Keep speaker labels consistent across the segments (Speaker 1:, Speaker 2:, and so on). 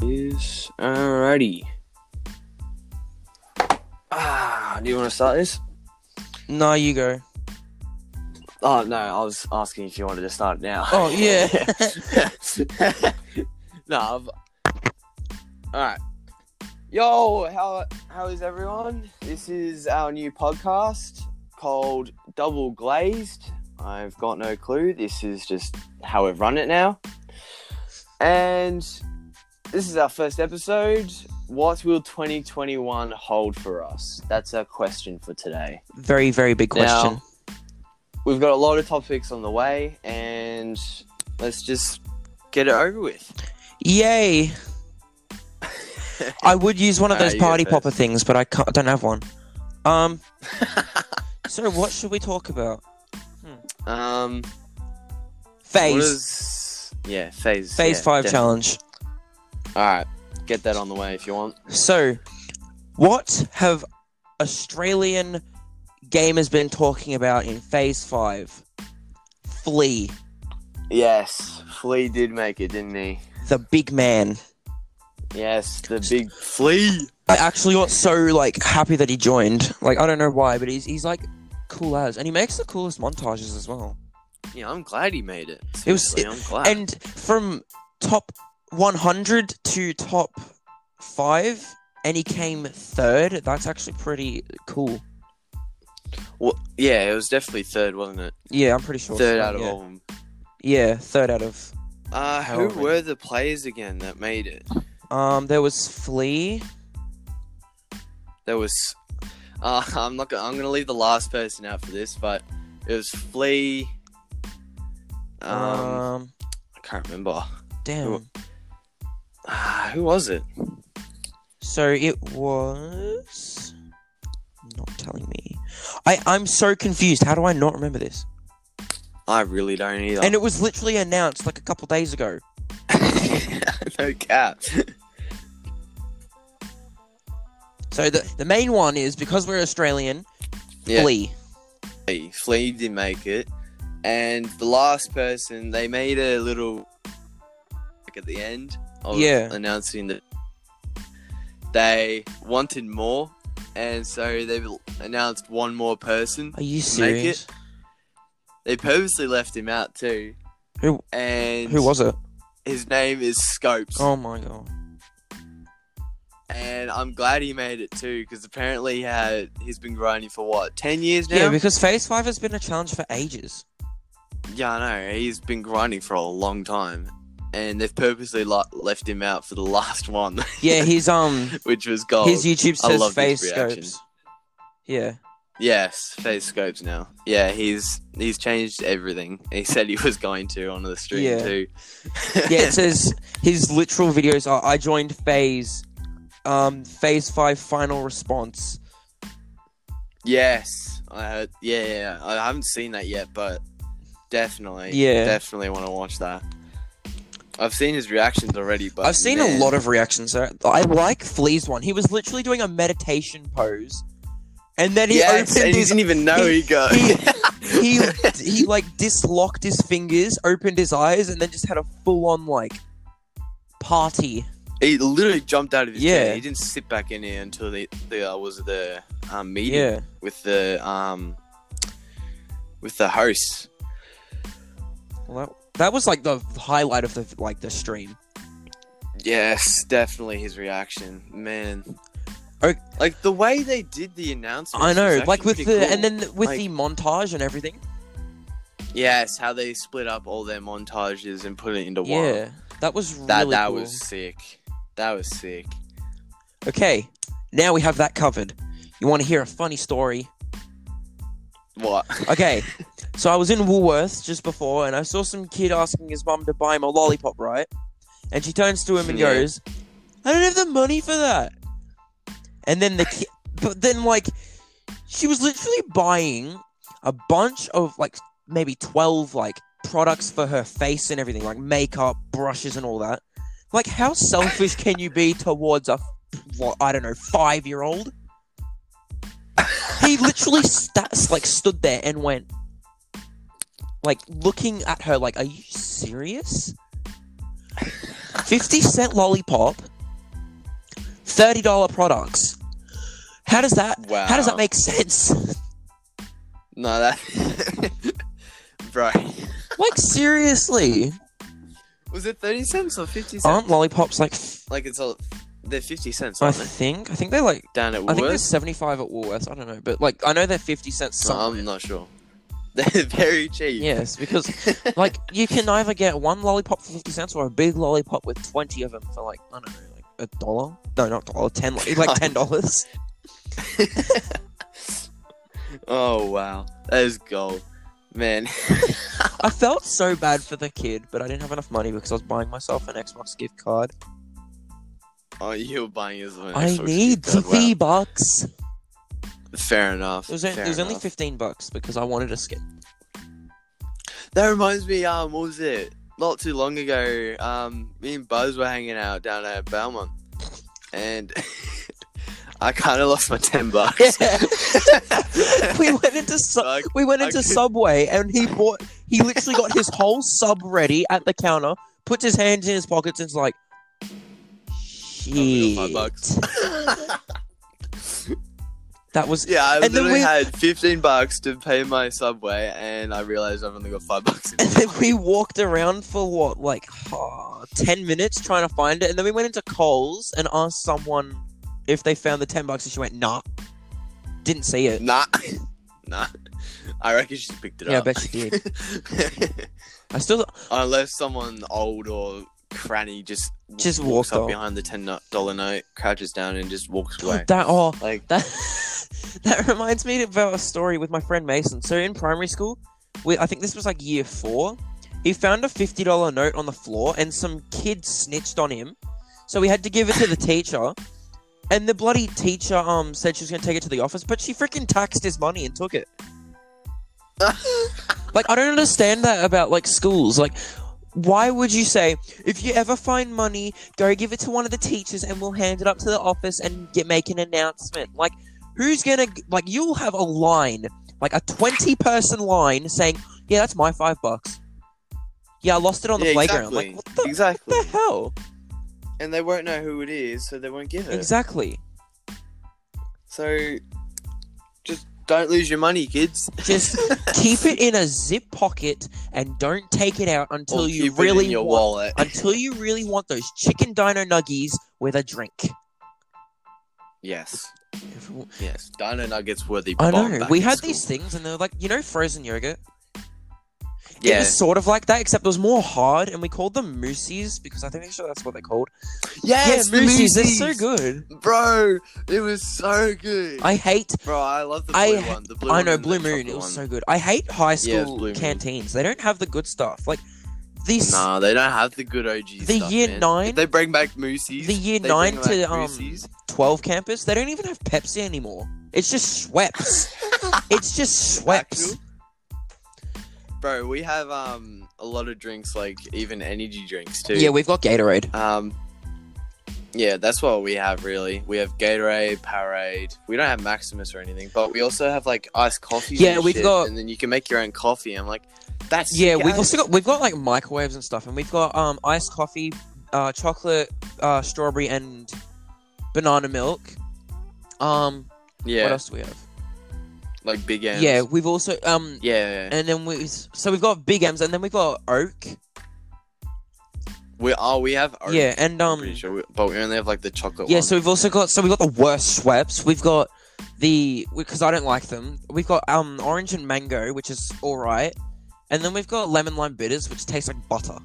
Speaker 1: Is alrighty. Ah, do you want to start this?
Speaker 2: No, you go.
Speaker 1: Oh no, I was asking if you wanted to start it now.
Speaker 2: Oh, yeah.
Speaker 1: no. I've... All right. Yo, how how is everyone? This is our new podcast called Double Glazed. I've got no clue. This is just how we've run it now. And this is our first episode. What will 2021 hold for us? That's our question for today.
Speaker 2: Very, very big question.
Speaker 1: Now, we've got a lot of topics on the way, and let's just get it over with.
Speaker 2: Yay! I would use one of
Speaker 1: Alright,
Speaker 2: those
Speaker 1: you go
Speaker 2: party
Speaker 1: first.
Speaker 2: popper things, but I can't. I don't have one. Um. so what should we talk about?
Speaker 1: um,
Speaker 2: Phase.
Speaker 1: what is- yeah, phase.
Speaker 2: Phase
Speaker 1: yeah,
Speaker 2: five
Speaker 1: definitely.
Speaker 2: challenge.
Speaker 1: All right, get that on the way if you want.
Speaker 2: So, what have Australian gamers been talking about in phase five? Flea,
Speaker 1: Yes, Flea did make it, didn't he?
Speaker 2: the big man.
Speaker 1: Yes, the big Flea.
Speaker 2: I actually got so like happy that he joined. Like I don't know why, but he's he's like cool as, and he makes the coolest montages as well.
Speaker 1: Yeah, I'm glad he made it.
Speaker 2: It was-
Speaker 1: Seriously, I'm glad.
Speaker 2: And from top 100 to top five, and he came third. That's actually pretty cool.
Speaker 1: Well, yeah, it was definitely third, wasn't it?
Speaker 2: Yeah, I'm pretty sure. it's
Speaker 1: third
Speaker 2: fine,
Speaker 1: out of
Speaker 2: yeah.
Speaker 1: all of them.
Speaker 2: Yeah, third out of.
Speaker 1: Uh, who
Speaker 2: However.
Speaker 1: were the players again that made it?
Speaker 2: Um, there was Flea.
Speaker 1: There was. Uh, I'm not. Gonna, I'm gonna leave the last person out for this, but it was Flea.
Speaker 2: Um,
Speaker 1: Um,
Speaker 2: Uh,
Speaker 1: I can't remember.
Speaker 2: damn.
Speaker 1: Ah, who was it?
Speaker 2: So it was. Not telling me. I I'm so confused. How do I not remember this?
Speaker 1: I really don't either.
Speaker 2: And it was literally announced like a couple days ago.
Speaker 1: no cap.
Speaker 2: So the the main one is because we're Australian.
Speaker 1: Yeah.
Speaker 2: Flea.
Speaker 1: Flea. Flea did make it, and the last person they made a little like at the end of
Speaker 2: Yeah.
Speaker 1: announcing that they wanted more, and so they announced one more person.
Speaker 2: Are you
Speaker 1: make it.
Speaker 2: serious?
Speaker 1: They purposely left him out too.
Speaker 2: Who-
Speaker 1: And
Speaker 2: Who was it?
Speaker 1: his name is Scopes,
Speaker 2: Oh my god.
Speaker 1: and I'm glad he made it too because apparently he had he's been grinding for what ten years now.
Speaker 2: Yeah, because Phase 5 has been a challenge for ages.
Speaker 1: Yeah, I know. He's been grinding for a long time, and they've purposely lo- left him out for the last one,
Speaker 2: Yeah, his um
Speaker 1: which was gold.
Speaker 2: his YouTube
Speaker 1: Oh, I
Speaker 2: says
Speaker 1: love this
Speaker 2: Phase
Speaker 1: reaction.
Speaker 2: Scopes. Yeah.
Speaker 1: yes, face scopes now. Yeah, he's he's changed everything. He said he was going to on the stream
Speaker 2: Yeah.
Speaker 1: too.
Speaker 2: Yeah, it says his literal videos are I joined Phase um Phase 5 final response.
Speaker 1: yes, I heard. Yeah, yeah, yeah. I haven't seen that yet, but definitely,
Speaker 2: Yeah.
Speaker 1: definitely want to watch that. I've seen his reactions already, but
Speaker 2: I've seen
Speaker 1: man,
Speaker 2: a lot of reactions. uh, I like Flea's one. He was literally doing a meditation pose. And then he
Speaker 1: Yes, and
Speaker 2: opened
Speaker 1: he
Speaker 2: his
Speaker 1: didn't even know
Speaker 2: he-
Speaker 1: he, got.
Speaker 2: he- he he like dislocked his fingers, opened his eyes, and then just had a full on like party.
Speaker 1: He literally jumped out of his
Speaker 2: Yeah.
Speaker 1: chair. He didn't sit back in here until the, the uh, was the um, meeting with the um with the host.
Speaker 2: Well, that, that was like the highlight of the like the stream.
Speaker 1: Yes, definitely his reaction, man.
Speaker 2: Ok-
Speaker 1: Like the way they did the announcement.
Speaker 2: I know, like with the and then with
Speaker 1: Like-
Speaker 2: the montage and everything.
Speaker 1: yes, how they split up all their montages and put it into one.
Speaker 2: Yeah, that was really
Speaker 1: that that
Speaker 2: cool.
Speaker 1: was sick. That was sick.
Speaker 2: okay. Now we have that covered. You want to hear a funny story?
Speaker 1: What?
Speaker 2: Okay. so I was in Woolworths just before, and I saw some kid asking his mum to buy him a lollipop, right? And she turns to him and
Speaker 1: Yeah.
Speaker 2: goes, "I don't have the money for that." And then the kid, but then like, she was literally buying a bunch of like maybe twelve like products for her face and everything, like makeup, brushes, and all that. Like, how selfish can you be towards a, f- what, I don't know, five year old? he literally stats like stood there and went like looking at her like are you serious 50 cent lollipop thirty dollar products. How does that?
Speaker 1: Wow.
Speaker 2: How does that make sense?
Speaker 1: No, that. Bro,
Speaker 2: like seriously,
Speaker 1: was it thirty cents or fifty cents?
Speaker 2: aren't lollipops like? f-
Speaker 1: like it's all they're fifty cents,
Speaker 2: Um, I
Speaker 1: aren't they?
Speaker 2: think I think they're like
Speaker 1: Down at
Speaker 2: I think they're
Speaker 1: Woolworths.
Speaker 2: seventy five at Woolworths. I don't know, but like I know they're fifty cents.
Speaker 1: No,
Speaker 2: Somewhere.
Speaker 1: I'm not sure. They're very cheap.
Speaker 2: Yes, because like you can either get one lollipop for fifty cents or a big lollipop with twenty of them for like I don't know, like a dollar. No, not dollar, ten, like like ten dollars.
Speaker 1: Oh wow, that is gold, man.
Speaker 2: I felt so bad for the kid, but I didn't have enough money because I was buying myself an Xbox gift card.
Speaker 1: Oh, you were buying his own
Speaker 2: I
Speaker 1: Xbox
Speaker 2: need
Speaker 1: gift card, wow.
Speaker 2: fifty bucks.
Speaker 1: Fair enough.
Speaker 2: It was, on-
Speaker 1: fair
Speaker 2: it was only
Speaker 1: enough.
Speaker 2: fifteen bucks because I wanted a skin.
Speaker 1: That reminds me. Um, what was it? Not too long ago, um, me and Buzz were hanging out down at Belmont, and I kind of lost my ten bucks.
Speaker 2: we went into Sub-
Speaker 1: Like,
Speaker 2: we went
Speaker 1: I
Speaker 2: into
Speaker 1: could-
Speaker 2: Subway and he bought he literally got his whole sub ready at the counter, puts his hands in his pockets and's like
Speaker 1: only
Speaker 2: Shit.
Speaker 1: got five bucks.
Speaker 2: That was
Speaker 1: yeah, I
Speaker 2: And then
Speaker 1: literally
Speaker 2: we-
Speaker 1: had fifteen bucks to pay my subway, and I realized I've only got five bucks. In
Speaker 2: and then we walked around for what, like ah, ten minutes trying to find it, and then we went into Coles and asked someone if they found the ten bucks and she went, nah. Didn't see it.
Speaker 1: Nah, nah. I reckon she picked it
Speaker 2: Yeah, I
Speaker 1: up.
Speaker 2: bet she did. I still
Speaker 1: Unless someone old or cranny just w-
Speaker 2: Just
Speaker 1: walks
Speaker 2: walked
Speaker 1: up
Speaker 2: off.
Speaker 1: behind the ten dollar note, crouches down, and just walks away.
Speaker 2: that oh
Speaker 1: Like,
Speaker 2: That that reminds me about a story with my friend Mason. So in primary school, we, I think this was like year four, he found a fifty dollar note on the floor, and some kid snitched on him. So we had to give it to the teacher, and the bloody teacher um said she was gonna take it to the office, but she freaking taxed his money and took it. Like I don't understand that about like schools. Like, why would you say if you ever find money, go give it to one of the teachers, and we'll hand it up to the office and get make an announcement? Like, who's gonna like? You'll have a line, like a twenty-person line, saying, "Yeah, that's my five bucks." Yeah, I lost it on the
Speaker 1: Yeah,
Speaker 2: playground.
Speaker 1: exactly.
Speaker 2: Like, what the,
Speaker 1: exactly.
Speaker 2: what the hell?
Speaker 1: And they won't know who it is, so they won't give it.
Speaker 2: Exactly.
Speaker 1: So, just don't lose your money, kids.
Speaker 2: Just keep it in a zip pocket and don't take it out until
Speaker 1: Or
Speaker 2: you
Speaker 1: keep it
Speaker 2: really
Speaker 1: in your
Speaker 2: want
Speaker 1: wallet.
Speaker 2: until you really want those chicken dino nuggies with a drink.
Speaker 1: Yes, yes. Dino nuggets were the.
Speaker 2: I
Speaker 1: bomb
Speaker 2: know.
Speaker 1: back
Speaker 2: We
Speaker 1: in
Speaker 2: had
Speaker 1: school.
Speaker 2: these things, and they were like, you know, frozen yogurt. It
Speaker 1: Yeah,
Speaker 2: was sort of like that, except it was more hard, and we called them moosies because I think actually that's what they're called.
Speaker 1: yes,
Speaker 2: the moosies. They're so
Speaker 1: Moosies!
Speaker 2: good.
Speaker 1: bro. It was so good.
Speaker 2: I hate.
Speaker 1: Bro, I love the blue
Speaker 2: I-
Speaker 1: one. The blue
Speaker 2: I
Speaker 1: one
Speaker 2: know
Speaker 1: and the
Speaker 2: Blue Moon.
Speaker 1: chocolate
Speaker 2: It was
Speaker 1: one.
Speaker 2: so good. I hate high
Speaker 1: Yeah, it's
Speaker 2: school
Speaker 1: Blue Moon.
Speaker 2: canteens. They don't have the good stuff. Like these.
Speaker 1: Nah, they don't have the good OG
Speaker 2: The
Speaker 1: stuff,
Speaker 2: year
Speaker 1: man.
Speaker 2: nine-
Speaker 1: If they bring back Moosies.
Speaker 2: the year
Speaker 1: they
Speaker 2: nine
Speaker 1: bring back
Speaker 2: to, um,
Speaker 1: Moosies.
Speaker 2: 12 campus, they don't even have Pepsi anymore. It's just Schweppes. it's just Schweppes.
Speaker 1: Actual- Bro, we have um a lot of drinks, like even energy drinks too.
Speaker 2: Yeah, we've got Gatorade.
Speaker 1: um, yeah, that's what we have really. We have Gatorade, Powerade. We don't have Maximus or anything, but we also have like iced coffee.
Speaker 2: Yeah,
Speaker 1: and
Speaker 2: we've
Speaker 1: shit,
Speaker 2: got-
Speaker 1: and then you can make your own coffee. I'm like, that's
Speaker 2: Yeah, we've
Speaker 1: sick
Speaker 2: also got we've got like microwaves and stuff, and we've got um iced coffee, uh, chocolate, uh, strawberry, and banana milk. Um, what
Speaker 1: yeah,
Speaker 2: else do we have?
Speaker 1: like big M's.
Speaker 2: Yeah, we've also um,
Speaker 1: yeah.
Speaker 2: and then we so we've got Big M's, and then we've got Oak.
Speaker 1: We oh we have. Oat,
Speaker 2: Yeah, and
Speaker 1: I'm
Speaker 2: um,
Speaker 1: pretty sure we- but we only have like the chocolate.
Speaker 2: Yeah,
Speaker 1: one.
Speaker 2: so we've also got so we've got the worst Schweppes. We've got the because I don't like them. We've got um orange and mango, which is all right, and then we've got lemon lime bitters, which tastes like butter.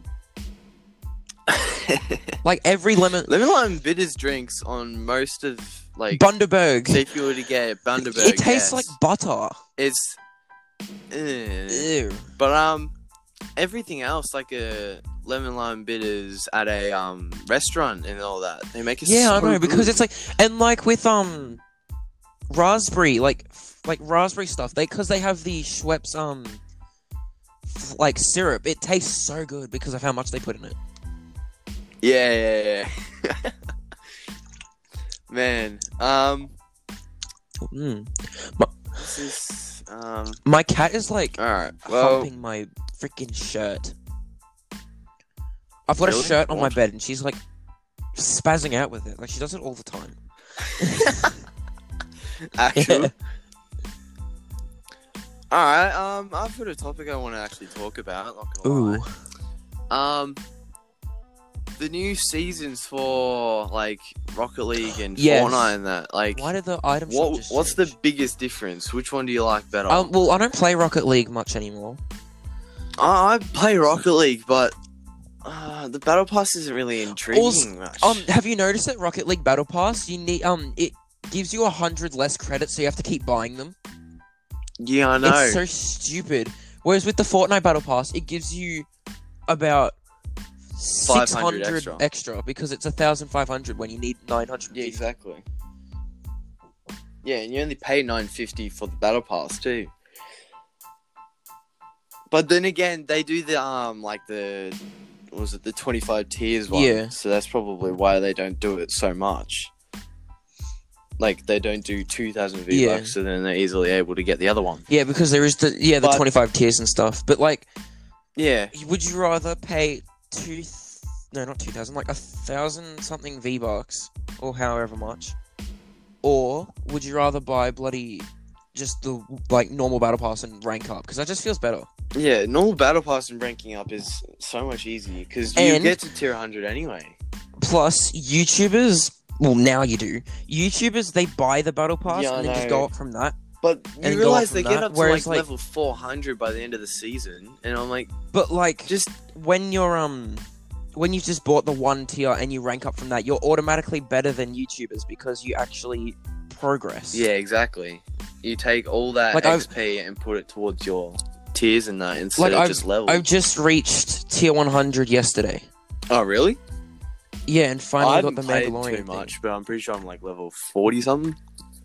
Speaker 2: Like every lemon
Speaker 1: Lemon lime bitters drinks on most of like
Speaker 2: Bundaberg,
Speaker 1: say if you were to get Bundaberg.
Speaker 2: it tastes
Speaker 1: yes.
Speaker 2: like butter.
Speaker 1: it's. Eh.
Speaker 2: Ew.
Speaker 1: But um, everything else like a lemon lime bitters at a um restaurant and all that they make it.
Speaker 2: yeah, I
Speaker 1: so
Speaker 2: know because
Speaker 1: good.
Speaker 2: it's like and like with um raspberry, like f- like raspberry stuff. They because they have the Schweppes um f- like syrup. It tastes so good because of how much they put in it.
Speaker 1: yeah, yeah, yeah. Man, um,
Speaker 2: Mm.
Speaker 1: this is um.
Speaker 2: My cat is like
Speaker 1: All right. Uh, Well,
Speaker 2: humping my freaking shirt. I've got
Speaker 1: Really?
Speaker 2: a shirt on my
Speaker 1: What?
Speaker 2: bed and she's like spazzing out with it. Like she does it all the time.
Speaker 1: Actually. All right. Um, I've got a topic I want to actually talk about. Not gonna lie.
Speaker 2: Ooh.
Speaker 1: Um, the new seasons for like Rocket League and
Speaker 2: Yes.
Speaker 1: Fortnite and that. Like,
Speaker 2: Why did the item shop
Speaker 1: what
Speaker 2: just
Speaker 1: what's
Speaker 2: change?
Speaker 1: the biggest difference? Which one do you like better?
Speaker 2: Um, well, I don't play Rocket League much anymore.
Speaker 1: I, I play Rocket League, but uh, the battle pass isn't really intriguing much.
Speaker 2: Um, have you noticed that Rocket League Battle Pass? You need um, it gives you a hundred less credits, so you have to keep buying them.
Speaker 1: yeah, I know.
Speaker 2: It's so stupid. Whereas with the Fortnite Battle Pass, it gives you about six
Speaker 1: 500
Speaker 2: hundred
Speaker 1: extra.
Speaker 2: extra. because it's thousand five hundred when you need nine hundred.
Speaker 1: yeah, exactly. Yeah, and you only pay nine fifty for the battle pass too. But then again, they do the um like the what was it the twenty five tiers one?
Speaker 2: Yeah.
Speaker 1: So that's probably why they don't do it so much. Like they don't do two thousand V bucks,
Speaker 2: Yeah.
Speaker 1: so then they're easily able to get the other one.
Speaker 2: Yeah, because there is the yeah the
Speaker 1: But-
Speaker 2: twenty five tiers and stuff. But like,
Speaker 1: Yeah.
Speaker 2: would you rather pay two? Th- no, not two thousand. Like a thousand something V bucks or however much, or would you rather buy bloody just the like normal battle pass and rank up? Because that just feels better.
Speaker 1: Yeah, normal battle pass and ranking up is so much easier because you
Speaker 2: And-
Speaker 1: get to tier 100 anyway.
Speaker 2: Plus, YouTubers. Well, now you do. YouTubers they buy the battle pass
Speaker 1: Yeah, I
Speaker 2: and then just
Speaker 1: know.
Speaker 2: go up from that.
Speaker 1: But
Speaker 2: And go
Speaker 1: you
Speaker 2: up
Speaker 1: realize
Speaker 2: from
Speaker 1: they get
Speaker 2: that,
Speaker 1: up to
Speaker 2: whereas,
Speaker 1: like,
Speaker 2: like-
Speaker 1: level 400 by the end of the season, and I'm like,
Speaker 2: But like,
Speaker 1: just
Speaker 2: when you're um, when you've just bought the one tier and you rank up from that, you're automatically better than YouTubers because you actually progress.
Speaker 1: yeah, exactly. You take all that
Speaker 2: Like, I've-
Speaker 1: XP and put it towards your tiers and that instead
Speaker 2: Like,
Speaker 1: of
Speaker 2: I've-
Speaker 1: just level.
Speaker 2: I've just reached tier 100 yesterday.
Speaker 1: Oh, really?
Speaker 2: Yeah, and finally
Speaker 1: I
Speaker 2: got
Speaker 1: haven't
Speaker 2: the
Speaker 1: played
Speaker 2: Mandalorian
Speaker 1: too
Speaker 2: thing
Speaker 1: much, but I'm pretty sure I'm like level 40 something.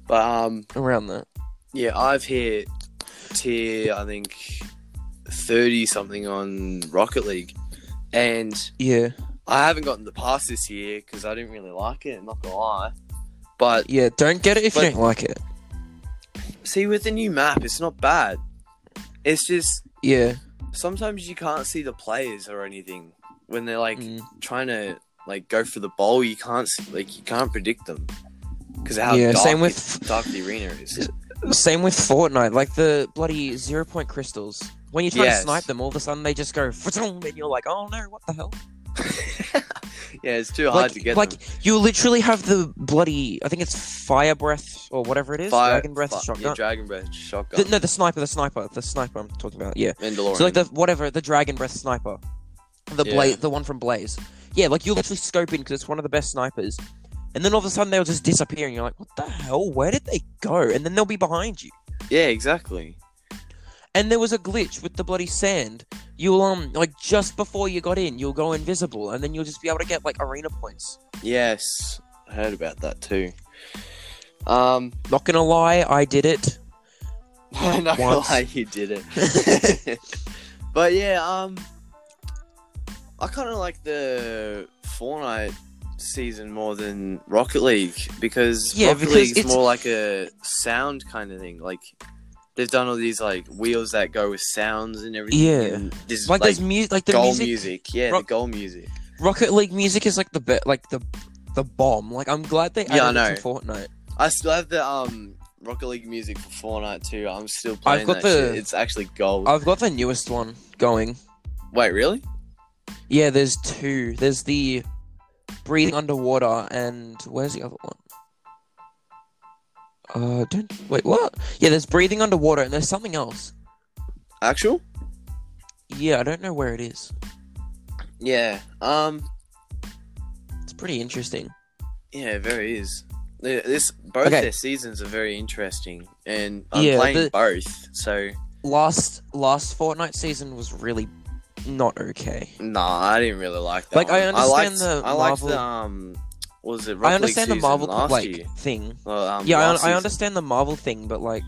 Speaker 1: But um,
Speaker 2: around that.
Speaker 1: yeah, I've hit tier I think 30 something on Rocket League, and
Speaker 2: Yeah,
Speaker 1: I haven't gotten the pass this year because I didn't really like it. Not gonna lie, but
Speaker 2: yeah. Don't get it if you
Speaker 1: But-
Speaker 2: don't like it.
Speaker 1: see, with the new map, it's not bad. It's just
Speaker 2: Yeah,
Speaker 1: sometimes you can't see the players or anything when they're like
Speaker 2: mm,
Speaker 1: trying to like go for the ball. You can't see, like you can't predict them because how
Speaker 2: yeah.
Speaker 1: dark,
Speaker 2: Same
Speaker 1: it-
Speaker 2: with
Speaker 1: dark the arena is.
Speaker 2: same with Fortnite. Like the bloody zero point crystals. When you try
Speaker 1: Yes.
Speaker 2: to snipe them, all of a sudden they just go, and you're like, oh no, what the hell?
Speaker 1: yeah, it's too hard
Speaker 2: like,
Speaker 1: to get
Speaker 2: like
Speaker 1: them.
Speaker 2: you literally have the bloody. I think it's fire breath or whatever it is. dragon breath
Speaker 1: fi-
Speaker 2: shotgun.
Speaker 1: Yeah, dragon breath shotgun.
Speaker 2: The- no, the sniper, the sniper, the sniper. I'm talking about. Yeah.
Speaker 1: Mandalorian.
Speaker 2: So like the whatever the dragon breath sniper, the
Speaker 1: Yeah.
Speaker 2: blaze, the one from Blaze. Yeah, like you literally scope in because it's one of the best snipers, and then all of a sudden they'll just disappear, and you're like, what the hell? Where did they go? And then they'll be behind you.
Speaker 1: yeah, exactly.
Speaker 2: And there was a glitch with the bloody sand. You'll um like just before you got in, you'll go invisible, and then you'll just be able to get like arena points.
Speaker 1: Yes, I heard about that too. Um,
Speaker 2: Not gonna lie, I did it.
Speaker 1: I'm not gonna
Speaker 2: Once.
Speaker 1: lie, you did it. but yeah, um, I kind of like the Fortnite season more than Rocket League because
Speaker 2: Yeah,
Speaker 1: Rocket
Speaker 2: because
Speaker 1: League's
Speaker 2: it's-
Speaker 1: more like a sound kind of thing. Like they've done all these like wheels that go with sounds and everything.
Speaker 2: Yeah.
Speaker 1: and this
Speaker 2: Like,
Speaker 1: like,
Speaker 2: there's music, like the
Speaker 1: goal
Speaker 2: music,
Speaker 1: music. Yeah,
Speaker 2: Ro-
Speaker 1: the goal music.
Speaker 2: Rocket League music is like the be- like the the bomb. Like I'm glad they added
Speaker 1: Yeah, I
Speaker 2: it to Fortnite.
Speaker 1: I still have the um Rocket League music for Fortnite too. I'm still playing
Speaker 2: got
Speaker 1: that
Speaker 2: the-
Speaker 1: shit. It's actually gold.
Speaker 2: I've got the newest one going.
Speaker 1: Wait, really?
Speaker 2: Yeah, there's two. There's the breathing underwater, and where's the other one? Uh, don't wait. What? Yeah, there's breathing underwater, and there's something else.
Speaker 1: Actual?
Speaker 2: Yeah, I don't know where it is.
Speaker 1: Yeah. Um.
Speaker 2: It's pretty interesting.
Speaker 1: Yeah, it very is. Th- This both
Speaker 2: Okay.
Speaker 1: their seasons are very interesting, and I'm
Speaker 2: Yeah,
Speaker 1: playing
Speaker 2: the-
Speaker 1: both. So
Speaker 2: Last last Fortnite season was really not okay.
Speaker 1: nah, I didn't really like that.
Speaker 2: Like, I
Speaker 1: one.
Speaker 2: understand
Speaker 1: liked,
Speaker 2: the
Speaker 1: I liked
Speaker 2: Marvel-
Speaker 1: the um, what was it? Rocket
Speaker 2: I understand the
Speaker 1: League season
Speaker 2: Marvel
Speaker 1: last
Speaker 2: like
Speaker 1: year.
Speaker 2: thing.
Speaker 1: Well, um,
Speaker 2: Yeah,
Speaker 1: last
Speaker 2: I, I
Speaker 1: season.
Speaker 2: understand the Marvel thing, but like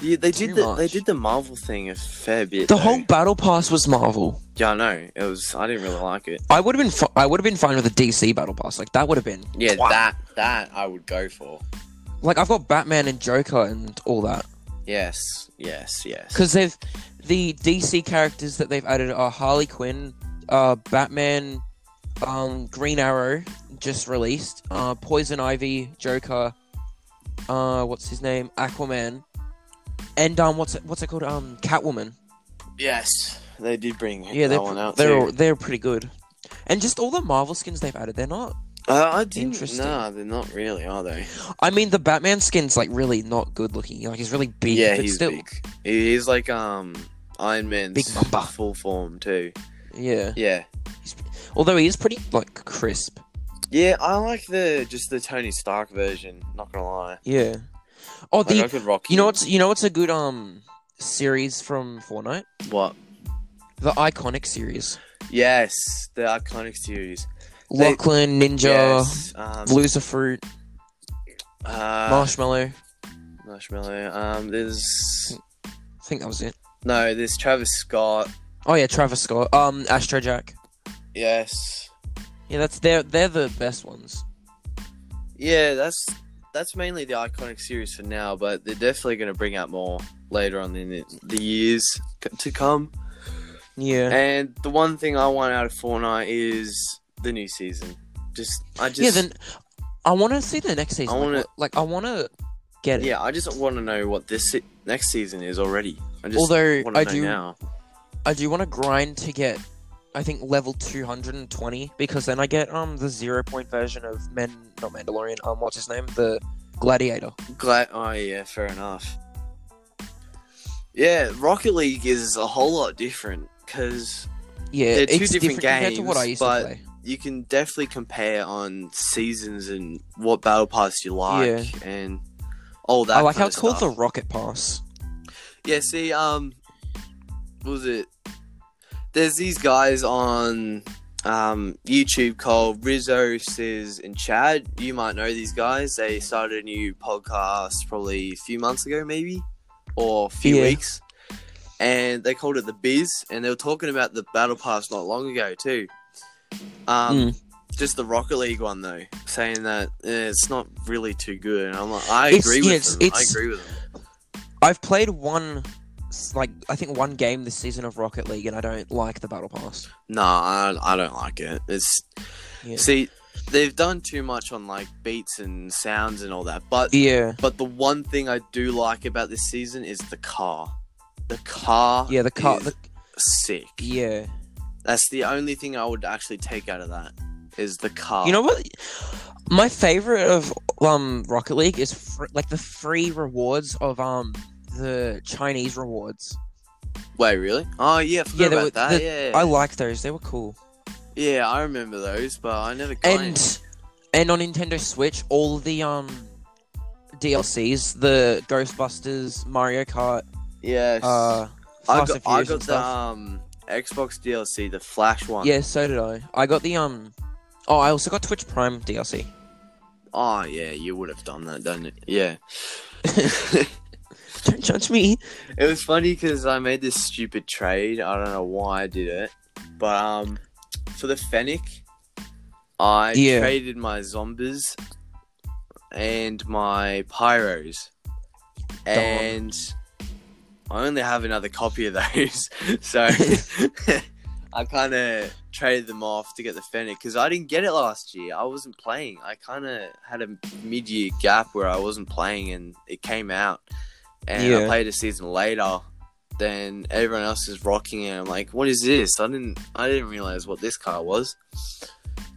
Speaker 1: Yeah, they
Speaker 2: too
Speaker 1: did the they
Speaker 2: much.
Speaker 1: did the Marvel thing a fair bit.
Speaker 2: the
Speaker 1: though.
Speaker 2: whole battle pass was Marvel.
Speaker 1: yeah, I know it was. I didn't really like it.
Speaker 2: I would have been fi- I would have been fine with a DC battle pass. Like that would have been
Speaker 1: Yeah,
Speaker 2: Wow.
Speaker 1: that that I would go for.
Speaker 2: like I've got Batman and Joker and all that.
Speaker 1: Yes, yes, yes.
Speaker 2: because they've the DC characters that they've added are Harley Quinn, uh, Batman, um, Green Arrow just released. Uh, Poison Ivy, Joker, uh, what's his name, Aquaman, and um, what's it, what's it called? Um, Catwoman.
Speaker 1: Yes, they did bring
Speaker 2: Yeah,
Speaker 1: that
Speaker 2: they're
Speaker 1: one out
Speaker 2: they're
Speaker 1: too.
Speaker 2: all- they're pretty good, and just all the Marvel skins they've added, they're not.
Speaker 1: Uh, I didn't.
Speaker 2: Interesting.
Speaker 1: Nah, they're not really, are they?
Speaker 2: I mean, the Batman skin's like really not good looking. Like he's really big.
Speaker 1: yeah,
Speaker 2: but
Speaker 1: he's
Speaker 2: still,
Speaker 1: big. He- He's like um Iron Man's
Speaker 2: Big Mamba.
Speaker 1: full form too.
Speaker 2: Yeah,
Speaker 1: Yeah,
Speaker 2: although he is pretty like crisp.
Speaker 1: yeah. I like the just the Tony Stark version. Not gonna lie.
Speaker 2: Yeah. Oh,
Speaker 1: Like,
Speaker 2: the
Speaker 1: I could rock.
Speaker 2: you know
Speaker 1: him.
Speaker 2: what's you know what's a good um series from Fortnite?
Speaker 1: what?
Speaker 2: The iconic series.
Speaker 1: Yes, the iconic series. They-
Speaker 2: Lachlan, Ninja,
Speaker 1: yes, um,
Speaker 2: Loserfruit,
Speaker 1: uh,
Speaker 2: Marshmallow.
Speaker 1: marshmallow. Um, there's
Speaker 2: I think that was it.
Speaker 1: no. There's Travis Scott.
Speaker 2: Oh yeah, Travis Scott. Um, Astro Jack.
Speaker 1: Yes.
Speaker 2: Yeah, that's they're they're the best ones.
Speaker 1: Yeah, that's that's mainly the iconic series for now, but they're definitely going to bring out more later on in the, the years c- to come.
Speaker 2: Yeah.
Speaker 1: And the one thing I want out of Fortnite is the new season. Just I just
Speaker 2: yeah. Then I want to see the next season.
Speaker 1: I
Speaker 2: Like,
Speaker 1: wanna-
Speaker 2: what- like, I want to get it.
Speaker 1: yeah, I just want to know what this se- next season is already. I just
Speaker 2: Although
Speaker 1: want to
Speaker 2: I
Speaker 1: know
Speaker 2: do
Speaker 1: now.
Speaker 2: I do want to grind to get. I think level 220 because then I get um the zero point version of men not Mandalorian um what's his name the Gladiator
Speaker 1: Glad. Oh yeah, fair enough. Yeah, Rocket League is a whole lot different because
Speaker 2: yeah
Speaker 1: They're two
Speaker 2: it's
Speaker 1: different
Speaker 2: compared to what I
Speaker 1: games,
Speaker 2: used
Speaker 1: but
Speaker 2: to play
Speaker 1: you can definitely compare on seasons and what battle pass you like and all that.
Speaker 2: I like
Speaker 1: kind
Speaker 2: how
Speaker 1: of
Speaker 2: it's called the
Speaker 1: stuff.
Speaker 2: Rocket Pass
Speaker 1: Yeah, see, um, what was it? There's these guys on um, YouTube called Rizzo, Sis, and Chad. You might know these guys. They started a new podcast probably a few months ago, maybe, or a few
Speaker 2: Yeah.
Speaker 1: weeks. And they called it The Biz, and they were talking about the Battle Pass not long ago, too. Um,
Speaker 2: Hmm.
Speaker 1: Just the Rocket League one, though, saying that eh, it's not really too good. And I'm like, I
Speaker 2: It's-
Speaker 1: agree
Speaker 2: yeah,
Speaker 1: with
Speaker 2: it's-
Speaker 1: them.
Speaker 2: it's-
Speaker 1: I agree with them.
Speaker 2: I've played one s- like I think one game this season of Rocket League and I don't like the Battle Pass
Speaker 1: No, I, I don't like it. It's
Speaker 2: yeah
Speaker 1: see, they've done too much on like beats and sounds and all that. But
Speaker 2: yeah,
Speaker 1: but the one thing I do like about this season is the car. The car.
Speaker 2: yeah the car
Speaker 1: is
Speaker 2: the,
Speaker 1: sick.
Speaker 2: yeah
Speaker 1: That's the only thing I would actually take out of that is the car.
Speaker 2: you know what
Speaker 1: Uh.
Speaker 2: my favorite of um Rocket League is fr- like the free rewards of um the Chinese rewards
Speaker 1: Wait, really? Oh yeah, I forgot
Speaker 2: Yeah, they
Speaker 1: about
Speaker 2: were-
Speaker 1: that.
Speaker 2: the-
Speaker 1: yeah,
Speaker 2: I liked those they were cool
Speaker 1: yeah, I remember those, but I never got any.
Speaker 2: and and on Nintendo Switch all the um DLCs the Ghostbusters Mario Kart
Speaker 1: Yes,
Speaker 2: uh
Speaker 1: I
Speaker 2: Fast
Speaker 1: got,
Speaker 2: and
Speaker 1: I
Speaker 2: Furious
Speaker 1: got
Speaker 2: and
Speaker 1: the
Speaker 2: stuff.
Speaker 1: um, Xbox DLC, the Flash one.
Speaker 2: Yeah, so did I. I got the um. Oh, I also got Twitch Prime DLC.
Speaker 1: Oh yeah, you would have done that, don't you? Yeah.
Speaker 2: Don't judge me.
Speaker 1: It was funny because I made this stupid trade. I don't know why I did it, but um, for the Fennec, I
Speaker 2: Yeah.
Speaker 1: traded my zombies and my pyros, and I only have another copy of those, so I kind of traded them off to get the Fennec because I didn't get it last year. I wasn't playing. I kind of had a mid-year gap where I wasn't playing, and it came out, and I
Speaker 2: Yeah.
Speaker 1: played a season later. Then everyone else is rocking it. I'm like, what is this? I didn't, I didn't realize what this car was,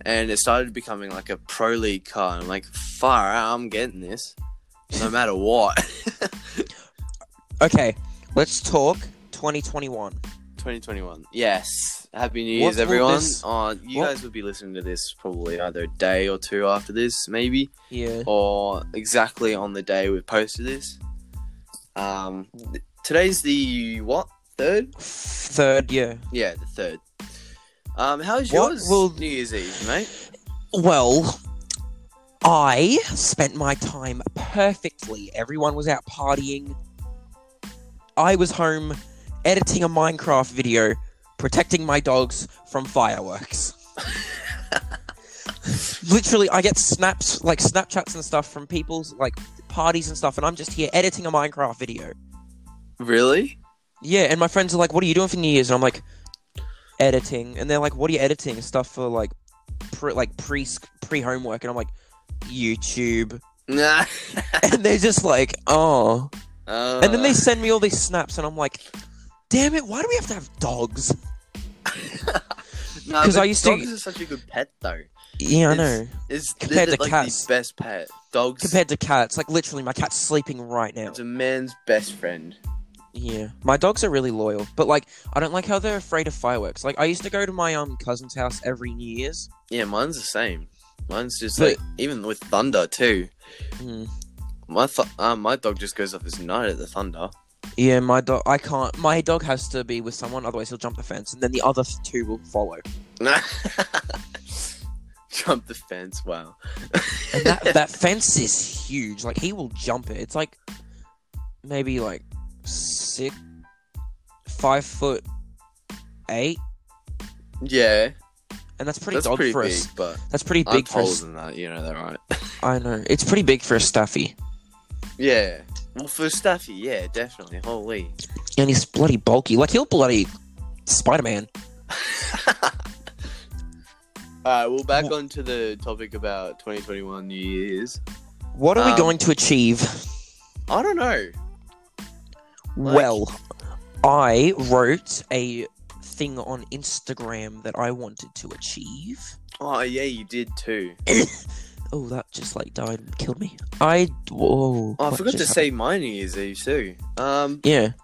Speaker 1: and it started becoming like a pro league car. And I'm like, far out, I'm getting this, no matter what.
Speaker 2: Okay, let's talk 2021.
Speaker 1: 2021. Yes. Happy New
Speaker 2: What
Speaker 1: Year's,
Speaker 2: will
Speaker 1: everyone.
Speaker 2: this-
Speaker 1: Uh, you
Speaker 2: what-
Speaker 1: guys will be listening to this probably either a day or two after this, maybe,
Speaker 2: Yeah.
Speaker 1: or exactly on the day we posted this. Um, th- today's the what? Third?
Speaker 2: Third year.
Speaker 1: Yeah, the third. Um, how was
Speaker 2: What
Speaker 1: yours
Speaker 2: will-
Speaker 1: New Year's Eve, mate?
Speaker 2: Well, I spent my time perfectly. Everyone was out partying. I was home editing a Minecraft video, protecting my dogs from fireworks. Literally, I get snaps, like Snapchats and stuff from people's like parties and stuff, and I'm just here editing a Minecraft video.
Speaker 1: Really?
Speaker 2: Yeah, and my friends are like, "What are you doing for New Year's?" And I'm like, "Editing." And they're like, "What are you editing? Stuff for like pre, like pre pre homework, and I'm like YouTube,
Speaker 1: Nah.
Speaker 2: and they're just like, oh,
Speaker 1: Uh,
Speaker 2: and then they send me all these snaps, and I'm like, damn it, why do we have to have dogs?
Speaker 1: No,
Speaker 2: 'cause
Speaker 1: but
Speaker 2: I used to-
Speaker 1: dogs are such a good pet though.
Speaker 2: Yeah, I know.
Speaker 1: It's- It's they're
Speaker 2: Compared
Speaker 1: the-
Speaker 2: to
Speaker 1: like
Speaker 2: cats.
Speaker 1: the best pet. Dogs.
Speaker 2: Compared to cats, like literally, my cat's sleeping right now.
Speaker 1: it's a man's best friend.
Speaker 2: Yeah, my dogs are really loyal, but like, I don't like how they're afraid of fireworks. Like, I used to go to my um cousin's house every New Year's.
Speaker 1: Yeah, mine's the same. Mine's just
Speaker 2: But-
Speaker 1: like even with thunder too.
Speaker 2: Mm.
Speaker 1: My th- uh, my dog just goes off his nut at the thunder.
Speaker 2: Yeah, my dog. I can't. My dog has to be with someone, otherwise he'll jump the fence, and then the other two will follow.
Speaker 1: Jump the fence. Wow.
Speaker 2: And that that fence is huge. Like he will jump it. It's like maybe like six, five foot eight,
Speaker 1: Yeah,
Speaker 2: and that's pretty
Speaker 1: that's
Speaker 2: dog
Speaker 1: pretty
Speaker 2: for
Speaker 1: big,
Speaker 2: us.
Speaker 1: but
Speaker 2: That's pretty
Speaker 1: I'm
Speaker 2: big for. a
Speaker 1: taller
Speaker 2: s-
Speaker 1: than that. You know that, right?
Speaker 2: I know it's pretty big for a stuffy,
Speaker 1: yeah. Well, for Staffy, yeah, definitely. Holy.
Speaker 2: and he's bloody bulky. Like he'll bloody Spider Man.
Speaker 1: All right, well, back onto the topic about 2021 New Year's.
Speaker 2: What are we
Speaker 1: Um,
Speaker 2: going to achieve?
Speaker 1: I don't know. Like-
Speaker 2: Well, I wrote a thing on Instagram that I wanted to achieve.
Speaker 1: Oh yeah, you did too.
Speaker 2: Oh, that just like died and killed me. I whoa.
Speaker 1: Oh, I
Speaker 2: what
Speaker 1: forgot to
Speaker 2: just
Speaker 1: say my New Year's Eve too. Um,
Speaker 2: happened?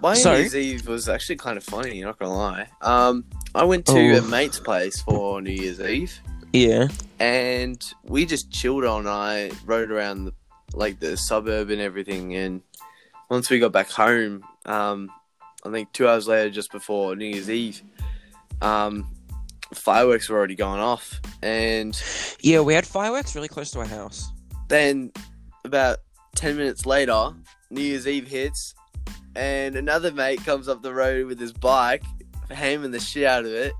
Speaker 1: my
Speaker 2: So-
Speaker 1: New Year's Eve was actually kind of funny. Not gonna lie. Um, I went to
Speaker 2: Oh.
Speaker 1: a mate's place for New Year's Eve,
Speaker 2: Yeah, yeah.
Speaker 1: and we just chilled all night, rode around the, like the suburb and everything. And once we got back home, um, I think two hours later, just before New Year's Eve, um, fireworks were already going off, and
Speaker 2: Yeah, we had fireworks really close to our house.
Speaker 1: then about 10 minutes later new year's eve hits and another mate comes up the road with his bike hammering the shit out of it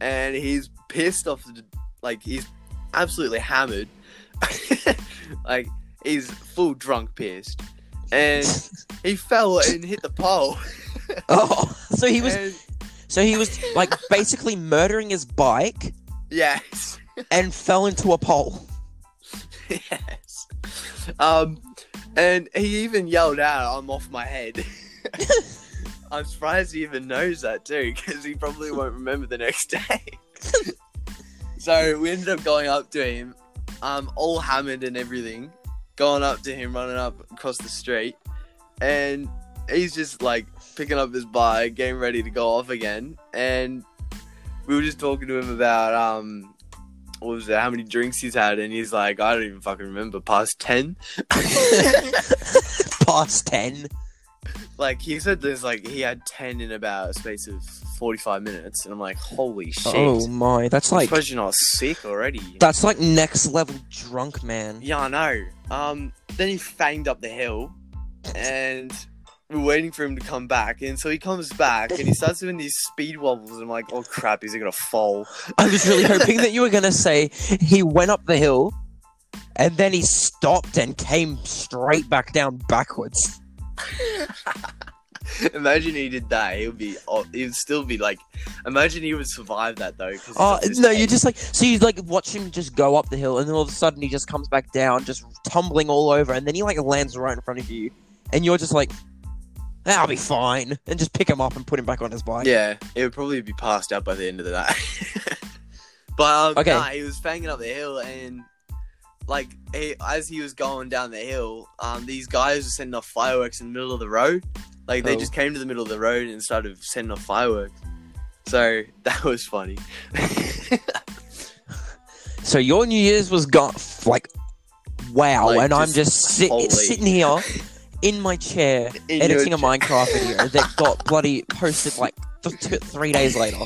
Speaker 1: and he's pissed off the, like he's absolutely hammered like he's full drunk pissed and he fell and hit the pole
Speaker 2: oh, so he was
Speaker 1: And-
Speaker 2: so he was like basically murdering his bike
Speaker 1: yes
Speaker 2: and fell into a pole.
Speaker 1: yes um and he even yelled out i'm off my head I'm surprised he even knows that too, because he probably won't remember the next day. so we ended up going up to him, um, all hammered and everything, going up to him, running up across the street, and he's just like picking up his bike, getting ready to go off again, and we were just talking to him about um. What was it? How many drinks he's had? And he's like, I don't even fucking remember. Past ten.
Speaker 2: Past ten.
Speaker 1: like he said there's like he had 10 in about a space of 45 minutes and i'm like holy shit
Speaker 2: Oh my, that's
Speaker 1: i
Speaker 2: like
Speaker 1: suppose you're not sick already
Speaker 2: that's like next level drunk man.
Speaker 1: yeah i know um then he fanged up the hill and we're waiting for him to come back and so he comes back and he starts doing these speed wobbles and i'm like oh crap is he gonna fall
Speaker 2: I was really hoping that you were gonna say he went up the hill and then he stopped and came straight back down backwards.
Speaker 1: imagine he did that he would be oh, he would still be like imagine he would survive that though 'cause he's
Speaker 2: Oh
Speaker 1: up his
Speaker 2: no,
Speaker 1: head.
Speaker 2: you just like so you like watch him just go up the hill and then all of a sudden he just comes back down, just tumbling all over, and then he like lands right in front of you, and you're just like, "That'll be fine," and just pick him up and put him back on his bike.
Speaker 1: Yeah, it would probably be passed out by the end of the night. but um,
Speaker 2: Okay.
Speaker 1: nah, he was fanging up the hill, and like he, as he was going down the hill, um, these guys were sending off fireworks in the middle of the road. Like they
Speaker 2: Oh.
Speaker 1: just came to the middle of the road and started sending off fireworks. So that was funny.
Speaker 2: So your New Year's was gone, f- like, wow,
Speaker 1: Like,
Speaker 2: and I'm
Speaker 1: just
Speaker 2: just sit-
Speaker 1: holy.
Speaker 2: sitting here in my chair
Speaker 1: In your
Speaker 2: editing a
Speaker 1: ch-
Speaker 2: Minecraft video that got bloody posted like th- t- three days later.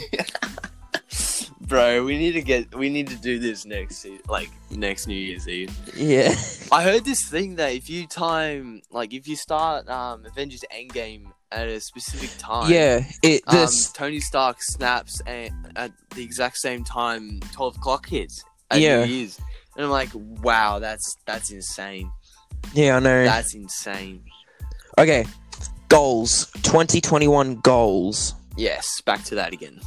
Speaker 1: Bro, we need to get we need to do this next se- like next New Year's Eve.
Speaker 2: Yeah.
Speaker 1: I heard this thing that if you time like if you start um, Avengers Endgame at a specific time,
Speaker 2: Yeah. It
Speaker 1: um,
Speaker 2: this
Speaker 1: Tony Stark snaps a at the exact same time twelve o'clock hits. At
Speaker 2: Yeah.
Speaker 1: New Year's. And I'm like, wow, that's that's insane.
Speaker 2: Yeah, I know.
Speaker 1: That's insane.
Speaker 2: okay. Goals. 2021 goals.
Speaker 1: Yes, back to that again.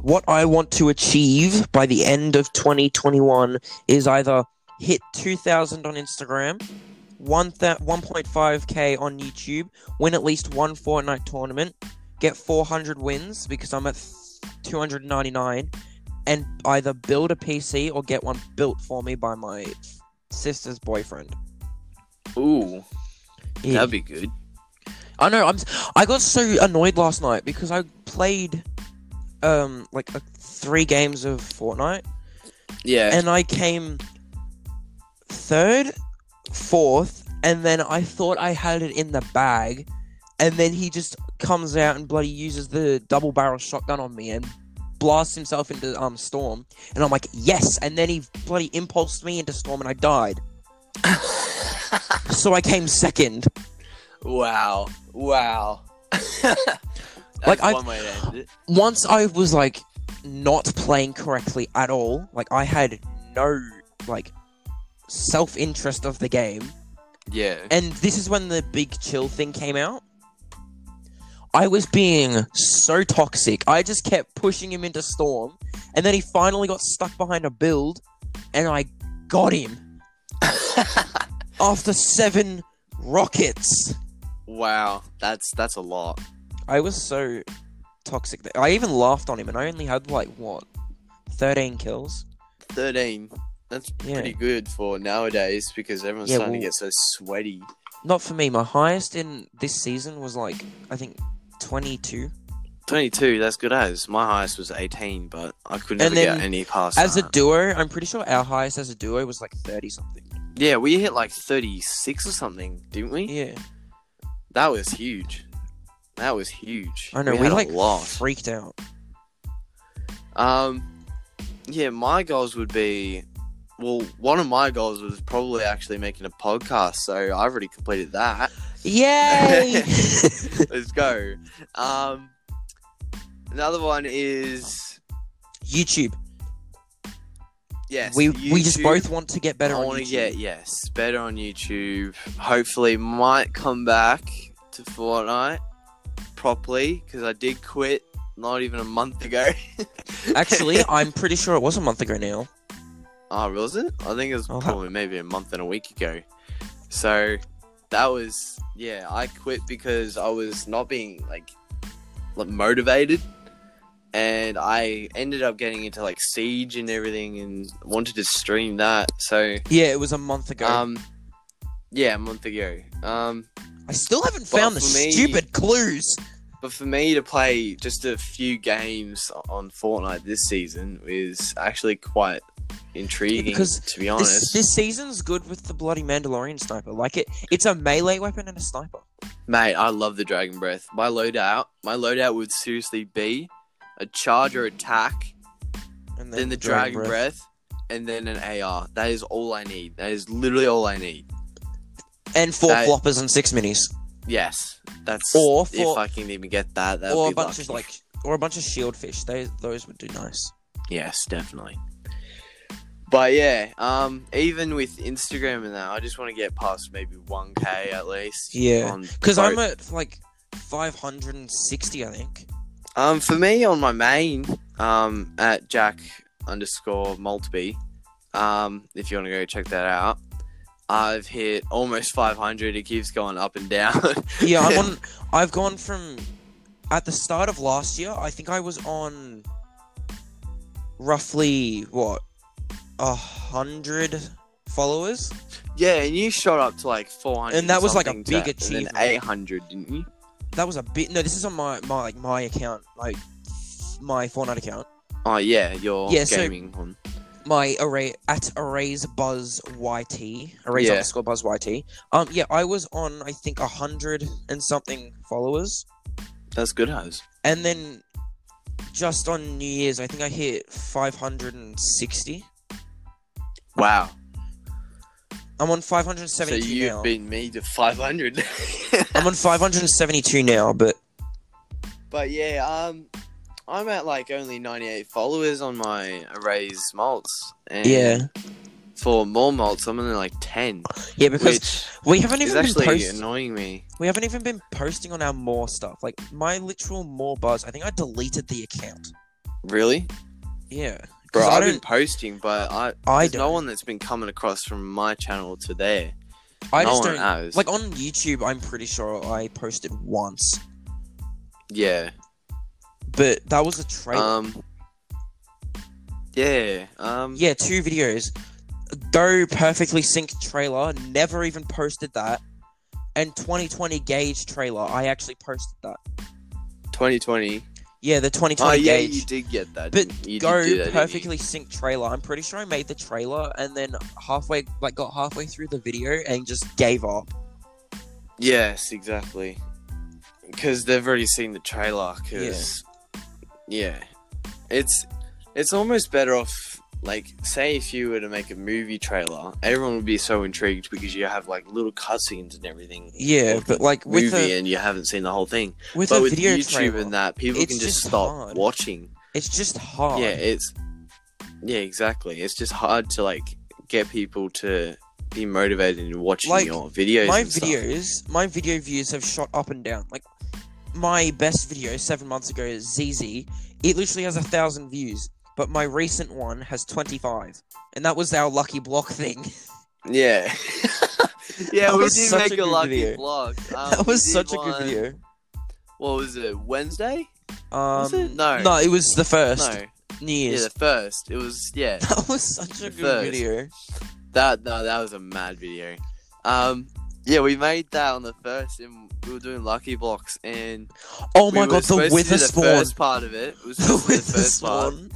Speaker 2: what I want to achieve by the end of 2021 is either hit 2,000 on Instagram, one thou- 1.5k on YouTube, win at least one Fortnite tournament, get 400 wins because I'm at 299, and either build a PC or get one built for me by my sister's boyfriend.
Speaker 1: Ooh,
Speaker 2: Yeah.
Speaker 1: that'd be good.
Speaker 2: I know. I'm. I got so annoyed last night because I played, um, like uh, three games of Fortnite,
Speaker 1: Yeah.
Speaker 2: and I came third, fourth, and then I thought I had it in the bag, and then he just comes out and bloody uses the double barrel shotgun on me and blasts himself into um storm, and I'm like yes, and then he bloody impulsed me into storm and I died. So I came second.
Speaker 1: wow. Wow. That's
Speaker 2: Like, I-
Speaker 1: one way to end it.
Speaker 2: once I was like not playing correctly at all, like I had no like self interest of the game,
Speaker 1: Yeah.
Speaker 2: and this is when the big chill thing came out. I was being so toxic. I just kept pushing him into storm, and then he finally got stuck behind a build, and I got him after seven rockets.
Speaker 1: wow. That's that's a lot.
Speaker 2: I was so toxic that I even laughed on him, and I only had like what thirteen kills.
Speaker 1: Thirteen. That's
Speaker 2: Yeah.
Speaker 1: pretty good for nowadays because everyone's
Speaker 2: Yeah,
Speaker 1: starting to
Speaker 2: well-
Speaker 1: get so sweaty.
Speaker 2: Not for me. My highest in this season was like I think twenty-two.
Speaker 1: Twenty-two. That's good as my highest was eighteen, but I could never
Speaker 2: And
Speaker 1: get
Speaker 2: then,
Speaker 1: any past
Speaker 2: As a
Speaker 1: that.
Speaker 2: duo, I'm pretty sure our highest as a duo was like thirty something.
Speaker 1: yeah, we hit like thirty-six or something, didn't we?
Speaker 2: Yeah,
Speaker 1: That was huge. That was huge.
Speaker 2: I know.
Speaker 1: We,
Speaker 2: We,
Speaker 1: had
Speaker 2: like
Speaker 1: a lot.
Speaker 2: freaked out.
Speaker 1: Um, yeah, my goals would be, well, one of my goals was probably actually making a podcast. So I've already completed that.
Speaker 2: Yay!
Speaker 1: Let's go. Um, another one is
Speaker 2: YouTube.
Speaker 1: yes.
Speaker 2: we we just
Speaker 1: YouTube. Oh,
Speaker 2: both want to get better
Speaker 1: I
Speaker 2: on
Speaker 1: wanna
Speaker 2: YouTube.
Speaker 1: get yes better on YouTube. Hopefully, might come back to Fortnite properly because I did quit not even a month ago.
Speaker 2: Actually, I'm pretty sure it was a month ago now.
Speaker 1: Oh, was it? I think it was
Speaker 2: Oh, ha-
Speaker 1: probably maybe a month and a week ago. So that was yeah. I quit because I was not being like, like motivated, and I ended up getting into like siege and everything, and wanted to stream that. So
Speaker 2: Yeah, it was a month ago.
Speaker 1: um, yeah, a month ago. Um,
Speaker 2: I still haven't
Speaker 1: but
Speaker 2: found the
Speaker 1: for me-
Speaker 2: stupid clues.
Speaker 1: but for me to play just a few games on Fortnite this season is actually quite intriguing.
Speaker 2: because
Speaker 1: to be honest,
Speaker 2: This, this season's good with the bloody Mandalorian sniper. Like it, it's a melee weapon and a sniper.
Speaker 1: Mate, I love the Dragon Breath. My loadout, my loadout would seriously be a charger attack,
Speaker 2: And
Speaker 1: then the Dragon, breath. and then an AR. That is all I need. That is literally all I need.
Speaker 2: and four
Speaker 1: That-
Speaker 2: floppers and six minis,
Speaker 1: Yes, that's
Speaker 2: Or
Speaker 1: if
Speaker 2: for-
Speaker 1: I can even get that. That would
Speaker 2: or
Speaker 1: be
Speaker 2: a bunch of
Speaker 1: lucky.
Speaker 2: like, or a bunch of shield fish. They, those would do nice.
Speaker 1: Yes, definitely. But yeah, um, even with Instagram and that, I just want to get past maybe one k at least.
Speaker 2: Yeah.
Speaker 1: on
Speaker 2: Because
Speaker 1: both.
Speaker 2: I'm at like 560, I think.
Speaker 1: Um, for me on my main, um, at Jack underscore Maltby, um, if you want to go check that out, I've hit almost 500. It keeps going up and down.
Speaker 2: Yeah, I'm on. I've gone from at the start of last year. I think I was on roughly what a hundred followers.
Speaker 1: yeah, and you shot up to like 400,
Speaker 2: And that was, like, a
Speaker 1: something
Speaker 2: big
Speaker 1: to-
Speaker 2: achievement.
Speaker 1: And then 800, didn't you?
Speaker 2: That was a bit. No, this is on my my like my account, like my Fortnite account.
Speaker 1: Oh yeah, your
Speaker 2: Yeah, so-
Speaker 1: gaming one.
Speaker 2: my array at arrays buzz yt arrays
Speaker 1: Yeah.
Speaker 2: underscore buzz yt um yeah i was on i think a hundred and something followers
Speaker 1: That's good, house.
Speaker 2: and then just on new year's i think i hit 560
Speaker 1: Wow.
Speaker 2: i'm on
Speaker 1: So
Speaker 2: 572
Speaker 1: you've
Speaker 2: now
Speaker 1: been me to 500.
Speaker 2: i'm on 572 now but
Speaker 1: But yeah, um, I'm at like only 98 followers on my Arrays malts. And
Speaker 2: yeah
Speaker 1: For more malts, I'm only like 10,
Speaker 2: yeah because
Speaker 1: which
Speaker 2: we haven't
Speaker 1: is
Speaker 2: even been
Speaker 1: actually
Speaker 2: posting
Speaker 1: annoying me.
Speaker 2: we haven't even been posting on our more stuff like my literal more buzz i think i deleted the account
Speaker 1: Really,
Speaker 2: Yeah,
Speaker 1: bro?
Speaker 2: 'Cause I
Speaker 1: I've been
Speaker 2: don't.
Speaker 1: posting, but I
Speaker 2: I
Speaker 1: there's no
Speaker 2: don't.
Speaker 1: one that's been coming across from my channel to there.
Speaker 2: I
Speaker 1: no
Speaker 2: just
Speaker 1: one
Speaker 2: don't.
Speaker 1: has.
Speaker 2: Like on YouTube, I'm pretty sure I posted once,
Speaker 1: yeah,
Speaker 2: but that was a trailer.
Speaker 1: um, yeah, um,
Speaker 2: yeah, two videos. Go perfectly synced trailer. Never even posted that. And 2020 gauge trailer. I actually posted that.
Speaker 1: 2020.
Speaker 2: Yeah, the
Speaker 1: Oh
Speaker 2: 2020
Speaker 1: yeah,
Speaker 2: gauge.
Speaker 1: you did get that.
Speaker 2: But
Speaker 1: didn't you? You did
Speaker 2: go
Speaker 1: do that, didn't you?
Speaker 2: perfectly synced trailer. I'm pretty sure I made the trailer and then halfway, like, got halfway through the video and just gave up.
Speaker 1: Yes, exactly. Because they've already seen the trailer. 'cause- yeah. it's it's almost better off. Like, say if you were to make a movie trailer, everyone would be so intrigued because you have like little cutscenes and everything.
Speaker 2: Yeah,
Speaker 1: Or
Speaker 2: but like with
Speaker 1: movie
Speaker 2: a
Speaker 1: and you haven't seen the whole thing.
Speaker 2: with
Speaker 1: but
Speaker 2: a
Speaker 1: with
Speaker 2: video
Speaker 1: YouTube
Speaker 2: trailer,
Speaker 1: and that, people
Speaker 2: it's
Speaker 1: can just,
Speaker 2: just
Speaker 1: stop
Speaker 2: hard.
Speaker 1: watching.
Speaker 2: it's just hard.
Speaker 1: Yeah, it's yeah, exactly. It's just hard to like get people to be motivated in watching
Speaker 2: Like,
Speaker 1: your videos.
Speaker 2: my
Speaker 1: and stuff.
Speaker 2: videos, my video views have shot up and down. Like my best video seven months ago, is ZZ, it literally has a thousand views, but my recent one has twenty five, and that was our lucky block thing.
Speaker 1: Yeah. yeah,
Speaker 2: That
Speaker 1: we
Speaker 2: was
Speaker 1: did
Speaker 2: such
Speaker 1: make
Speaker 2: a
Speaker 1: a,
Speaker 2: good
Speaker 1: lucky
Speaker 2: video.
Speaker 1: vlog. Um,
Speaker 2: that
Speaker 1: we
Speaker 2: was
Speaker 1: did
Speaker 2: such a
Speaker 1: one-
Speaker 2: good video.
Speaker 1: What was it? Wednesday?
Speaker 2: Um,
Speaker 1: it? No.
Speaker 2: no, it was the first
Speaker 1: No.
Speaker 2: New
Speaker 1: Yeah,
Speaker 2: Year's.
Speaker 1: the first. It was yeah.
Speaker 2: That was such a
Speaker 1: The
Speaker 2: good
Speaker 1: first.
Speaker 2: video.
Speaker 1: That no, that was a mad video. Um yeah, we made that on the first and we were doing lucky blocks and
Speaker 2: Oh
Speaker 1: we
Speaker 2: my
Speaker 1: were
Speaker 2: god, the
Speaker 1: supposed to do
Speaker 2: wither
Speaker 1: The
Speaker 2: spawn.
Speaker 1: first part of it. It was
Speaker 2: The
Speaker 1: supposed to be
Speaker 2: wither
Speaker 1: the first part.
Speaker 2: spawn.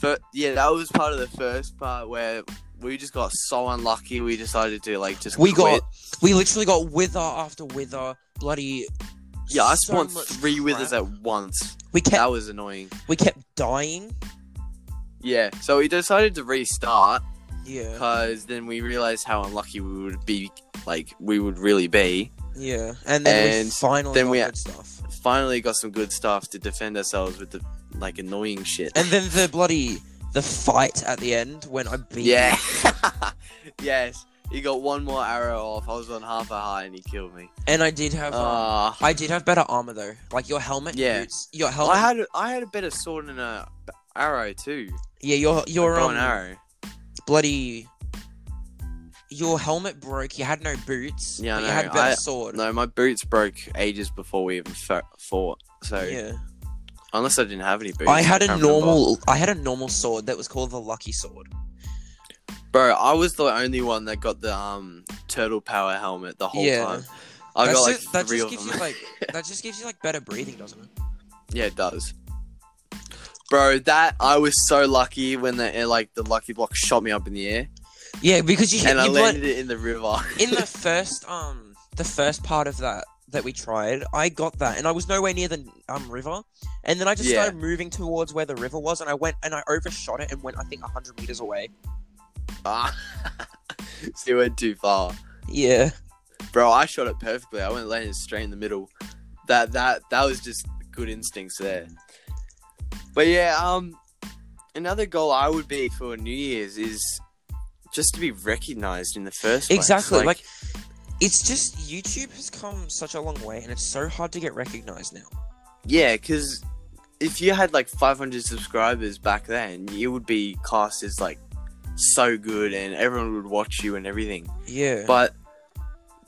Speaker 1: But yeah, that was part of the first part where we just got so unlucky we decided to like just
Speaker 2: We
Speaker 1: quit.
Speaker 2: got we literally got wither after wither. Bloody
Speaker 1: Yeah, I
Speaker 2: so
Speaker 1: spawned
Speaker 2: much
Speaker 1: three
Speaker 2: crap.
Speaker 1: withers at once.
Speaker 2: We kept
Speaker 1: That was annoying.
Speaker 2: we kept dying.
Speaker 1: Yeah, so we decided to restart
Speaker 2: Yeah.
Speaker 1: because then we realized how unlucky we would be, like we would really be.
Speaker 2: Yeah, and then we
Speaker 1: And
Speaker 2: finally
Speaker 1: then
Speaker 2: got
Speaker 1: we-
Speaker 2: good stuff.
Speaker 1: Finally, got some good stuff to defend ourselves with the like annoying shit.
Speaker 2: And then the bloody the fight at the end when I beat.
Speaker 1: yeah, yes, he got one more arrow off. I was on half a heart and he killed me.
Speaker 2: and I did have um,
Speaker 1: Ah,
Speaker 2: I did have better armor though, like your helmet.
Speaker 1: Yeah.
Speaker 2: boots, your
Speaker 1: Well,
Speaker 2: helmet.
Speaker 1: I had a, I had a better sword and a b- arrow too.
Speaker 2: yeah, your
Speaker 1: Or
Speaker 2: your
Speaker 1: bow
Speaker 2: um,
Speaker 1: and arrow.
Speaker 2: bloody. Your helmet broke. You had no boots.
Speaker 1: Yeah, I
Speaker 2: but you
Speaker 1: know,
Speaker 2: had better
Speaker 1: I-
Speaker 2: sword.
Speaker 1: No, my boots broke ages before we even fo- fought. So
Speaker 2: yeah,
Speaker 1: unless I didn't have any boots,
Speaker 2: I had a
Speaker 1: can't remember.
Speaker 2: normal. I had a normal sword that was called the lucky sword.
Speaker 1: Bro, I was the only one that got the um turtle power helmet the whole
Speaker 2: Yeah.
Speaker 1: time. I
Speaker 2: That's
Speaker 1: got like
Speaker 2: ju- that
Speaker 1: three
Speaker 2: just
Speaker 1: of
Speaker 2: gives
Speaker 1: them.
Speaker 2: you like that just gives you like better breathing, doesn't it?
Speaker 1: yeah, it does. Bro, that I was so lucky when the eh, like the lucky block shot me up in the air
Speaker 2: Yeah, because you hit
Speaker 1: and I
Speaker 2: you blood-
Speaker 1: landed it in the river.
Speaker 2: in the first um the first part of that that we tried, I got that and I was nowhere near the um river, and then I just
Speaker 1: Yeah.
Speaker 2: started moving towards where the river was, and I went and I overshot it and went I think hundred meters away.
Speaker 1: Ah. so you went too far,
Speaker 2: Yeah,
Speaker 1: bro. I shot it perfectly. I went landed straight in the middle. That that that was just good instincts there. But yeah, um, another goal I would be for New Year's is just to be recognized in the first place.
Speaker 2: exactly. Like, it's just YouTube has come such a long way, and it's so hard to get recognized now.
Speaker 1: Yeah, because if you had like 500 subscribers back then, you would be classed as like so good and everyone would watch you and everything.
Speaker 2: Yeah,
Speaker 1: But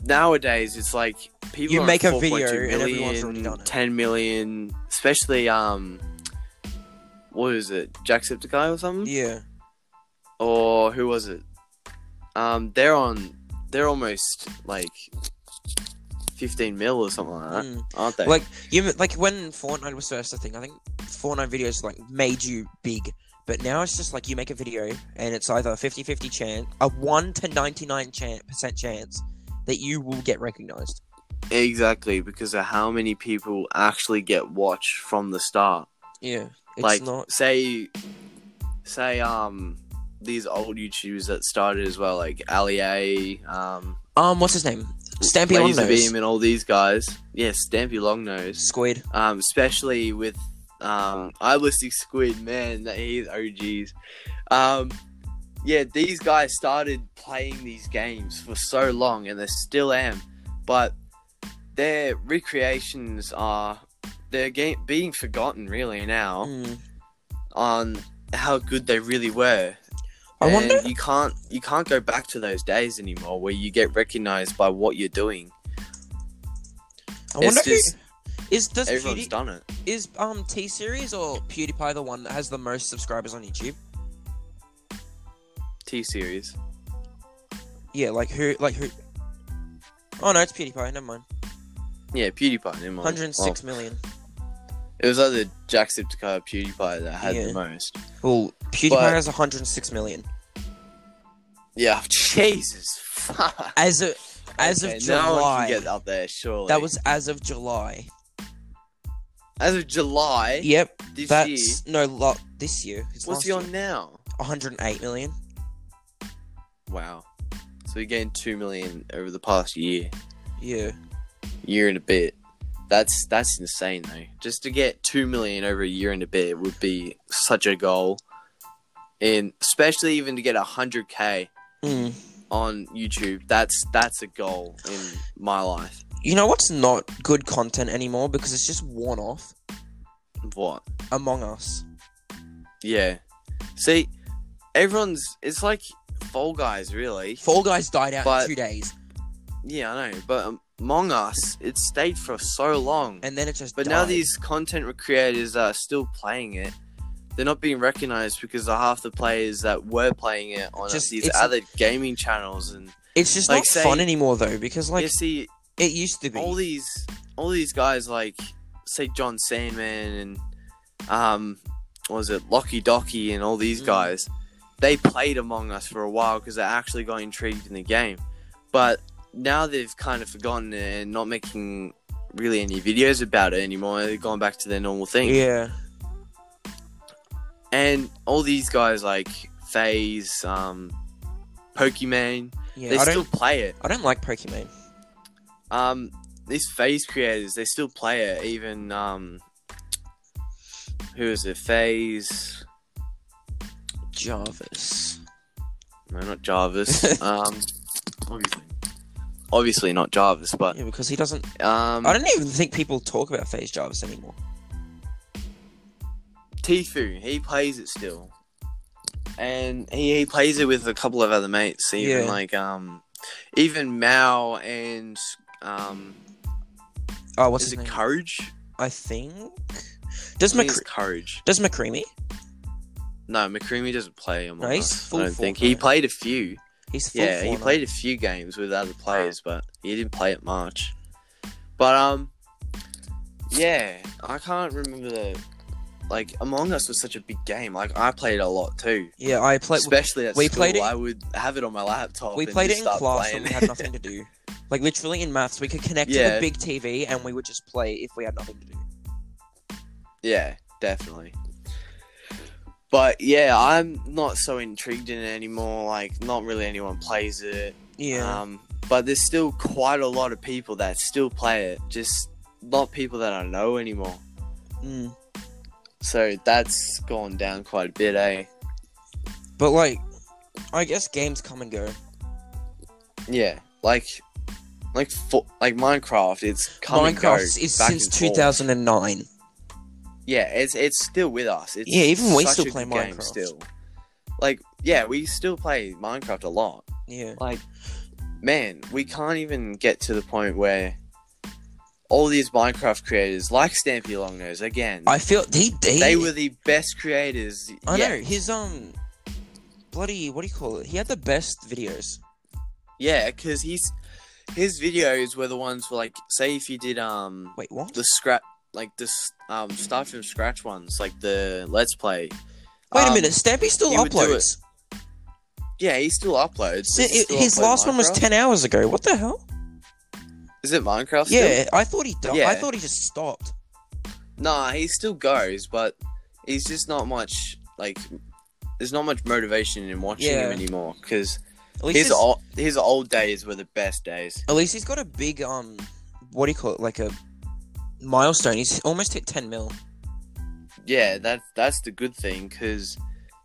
Speaker 1: nowadays, it's like people
Speaker 2: You
Speaker 1: are
Speaker 2: make
Speaker 1: at
Speaker 2: a video
Speaker 1: 4.2
Speaker 2: and everyone's already
Speaker 1: million,
Speaker 2: done it.
Speaker 1: 10 million, especially, um, what is it, Jacksepticeye or something?
Speaker 2: yeah,
Speaker 1: Or who was it? Um, they're on, they're almost like 15 mil or something like that,
Speaker 2: mm.
Speaker 1: aren't they?
Speaker 2: like you m- like when Fortnite was first a thing. I think Fortnite videos like made you big. But now it's just like you make a video and it's either a 50-50 chance, a 1 to 99 chan- percent chance that you will get recognized.
Speaker 1: Exactly, because of how many people actually get watched from the start.
Speaker 2: Yeah. It's
Speaker 1: like,
Speaker 2: not
Speaker 1: say, say, um, these old YouTubers that started as well, like Ali A, um,
Speaker 2: Um what's his name? Stampy
Speaker 1: Laser
Speaker 2: Longnose.
Speaker 1: Beam, and all these guys. Yeah, Stampy Longnose.
Speaker 2: Squid.
Speaker 1: Um, especially with um, Iblistic Squid, man, that he's OGs. Um, yeah, these guys started playing these games for so long, and they still am, but their Oh. recreations are they're ga- being forgotten really now.
Speaker 2: Mm.
Speaker 1: on how good they really were.
Speaker 2: I wonder.
Speaker 1: And you can't you can't go back to those days anymore where you get recognized by what you're doing.
Speaker 2: I wonder.
Speaker 1: it's just
Speaker 2: who, is does
Speaker 1: everyone's
Speaker 2: Pewdie-
Speaker 1: done it.
Speaker 2: is um T series or PewDiePie the one that has the most subscribers on YouTube?
Speaker 1: T series.
Speaker 2: Yeah, like who? Like who? Oh no, it's PewDiePie. Never mind.
Speaker 1: Yeah, PewDiePie. Never mind. oh.
Speaker 2: 106 million.
Speaker 1: Well, it was like the Jacksepticeye PewDiePie that had
Speaker 2: Yeah.
Speaker 1: the most.
Speaker 2: Well, PewDiePie
Speaker 1: But-
Speaker 2: has 106 million.
Speaker 1: Yeah. Jesus. Fuck.
Speaker 2: As of as of
Speaker 1: Okay, no one
Speaker 2: July.
Speaker 1: can get up there. Surely.
Speaker 2: that was as of July.
Speaker 1: as of July
Speaker 2: Yep,
Speaker 1: this year.
Speaker 2: that's no lot this year. It's
Speaker 1: What's
Speaker 2: last
Speaker 1: he
Speaker 2: year.
Speaker 1: on now?
Speaker 2: 108 million.
Speaker 1: Wow. So he gained two million over the past year,
Speaker 2: Yeah.
Speaker 1: year and a bit. That's that's insane though. Just to get two million over a year and a bit would be such a goal, and especially even to get hundred k
Speaker 2: Mm.
Speaker 1: on YouTube. That's that's a goal in my life.
Speaker 2: You know what's not good content anymore because it's just worn off.
Speaker 1: What?
Speaker 2: Among Us.
Speaker 1: Yeah. See, everyone's it's like Fall Guys, really.
Speaker 2: Fall Guys died out
Speaker 1: But-
Speaker 2: in two days,
Speaker 1: Yeah, I know. But um, Among Us, it stayed for so long.
Speaker 2: and then it just.
Speaker 1: But
Speaker 2: died.
Speaker 1: now these content creators are still playing it. They're not being recognized because of half the players that were playing it on
Speaker 2: Just-
Speaker 1: these
Speaker 2: it's-
Speaker 1: other gaming channels, and
Speaker 2: It's just
Speaker 1: like,
Speaker 2: not
Speaker 1: say-
Speaker 2: fun anymore though because like
Speaker 1: you see
Speaker 2: it used to be.
Speaker 1: all these all these guys like say John Sandman and um what was it Lockie Docky and all these
Speaker 2: Mm.
Speaker 1: guys. They played Among Us for a while because they actually got intrigued in the game, but now they've kind of forgotten it and not making really any videos about it anymore. They've gone back to their normal thing.
Speaker 2: yeah.
Speaker 1: and all these guys like FaZe, um, Pokemon,
Speaker 2: Yeah.
Speaker 1: they
Speaker 2: I don't.
Speaker 1: still play it.
Speaker 2: I don't like Pokemon.
Speaker 1: Um, these FaZe creators, they still play it. Even um, who is it? FaZe?
Speaker 2: Jarvis.
Speaker 1: No, not Jarvis. um, obviously, obviously not Jarvis, but
Speaker 2: Yeah, because he doesn't.
Speaker 1: um,
Speaker 2: I don't even think people talk about Phase Jarvis anymore.
Speaker 1: Tfue, he plays it still, and he, he plays it with a couple of other mates. Even
Speaker 2: Yeah.
Speaker 1: like um, even Mao and um,
Speaker 2: Oh, what's
Speaker 1: is
Speaker 2: his
Speaker 1: it
Speaker 2: name?
Speaker 1: Courage?
Speaker 2: I think. Does
Speaker 1: He has
Speaker 2: McCre-
Speaker 1: courage.
Speaker 2: does McCreamy?
Speaker 1: No, McCreamy doesn't play Among
Speaker 2: No, he's
Speaker 1: Us,
Speaker 2: full
Speaker 1: I don't think
Speaker 2: Fortnite.
Speaker 1: he played a few.
Speaker 2: He's full
Speaker 1: yeah, he
Speaker 2: Fortnite.
Speaker 1: played a few games with other players, but he didn't play it much. But um, yeah, I can't remember the like Among Us was such a big game. Like I played it a lot too,
Speaker 2: Yeah, I played.
Speaker 1: especially at
Speaker 2: we
Speaker 1: school.
Speaker 2: played it-
Speaker 1: I would have it on my laptop.
Speaker 2: We
Speaker 1: and
Speaker 2: played it
Speaker 1: just
Speaker 2: in
Speaker 1: start
Speaker 2: class
Speaker 1: playing
Speaker 2: when we
Speaker 1: it.
Speaker 2: had nothing to do. Like literally in maths, we could connect to
Speaker 1: Yeah.
Speaker 2: the big TV and we would just play if we had nothing to do.
Speaker 1: Yeah, definitely. But yeah, I'm not so intrigued in it anymore. Like, not really anyone plays it.
Speaker 2: Yeah.
Speaker 1: Um, but there's still quite a lot of people that still play it, just not people that I know anymore. Um,
Speaker 2: Mm.
Speaker 1: So that's gone down quite a bit, eh?
Speaker 2: But like, I guess games come and go.
Speaker 1: Yeah, like, like, fo- like Minecraft. It's coming.
Speaker 2: Minecraft is since 2009.
Speaker 1: Yeah, it's it's still with us. It's
Speaker 2: Yeah, even we
Speaker 1: such
Speaker 2: still
Speaker 1: a
Speaker 2: play
Speaker 1: good game
Speaker 2: Minecraft.
Speaker 1: Still, like, yeah, we still play Minecraft a lot.
Speaker 2: Yeah.
Speaker 1: Like, man, we can't even get to the point where. All these Minecraft creators, like Stampy Longnose, again,
Speaker 2: I feel he, he
Speaker 1: they were the best creators.
Speaker 2: I
Speaker 1: yeah,
Speaker 2: know his um bloody what do you call it? He had the best videos.
Speaker 1: yeah, because he's his videos were the ones for like, say, if you did um
Speaker 2: Wait, what?
Speaker 1: the scrap like this um start from scratch ones, like the let's play.
Speaker 2: Wait a
Speaker 1: Um,
Speaker 2: minute, Stampy still
Speaker 1: he would do
Speaker 2: uploads.
Speaker 1: Yeah, he still uploads.
Speaker 2: Si-
Speaker 1: Does he still
Speaker 2: his
Speaker 1: upload
Speaker 2: last one was
Speaker 1: Minecraft?
Speaker 2: ten hours ago. What the hell?
Speaker 1: Is it Minecraft? still?
Speaker 2: Yeah, I thought he died. I
Speaker 1: Yeah.
Speaker 2: thought he just stopped.
Speaker 1: Nah, he still goes, but he's just not much like. There's not much motivation in watching him
Speaker 2: Yeah.
Speaker 1: anymore because
Speaker 2: At least,
Speaker 1: his
Speaker 2: he's-
Speaker 1: old his old days were the best days.
Speaker 2: at least he's got a big um what do you call it? Like a milestone. He's almost hit ten mil.
Speaker 1: Yeah, that's that's the good thing because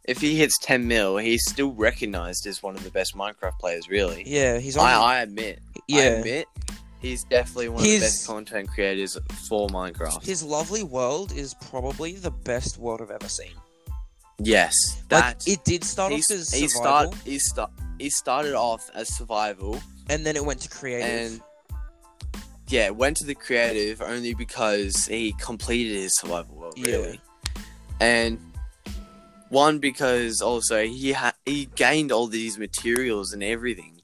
Speaker 1: if he hits 10 mil, he's still recognized as one of the best Minecraft players. Really,
Speaker 2: Yeah, he's on
Speaker 1: I, I admit, I
Speaker 2: Yeah.
Speaker 1: admit, he's definitely one
Speaker 2: He's-
Speaker 1: of the best content creators for Minecraft.
Speaker 2: His lovely world is probably the best world I've ever seen.
Speaker 1: Yes,
Speaker 2: Like
Speaker 1: that
Speaker 2: it did start off
Speaker 1: he's-
Speaker 2: as
Speaker 1: he
Speaker 2: survival,
Speaker 1: start he start he started off as survival
Speaker 2: and then it went to creative.
Speaker 1: and yeah, went to the creative only because he completed his survival world
Speaker 2: Yeah.
Speaker 1: really, and one because also he ha- he gained all these materials and everything.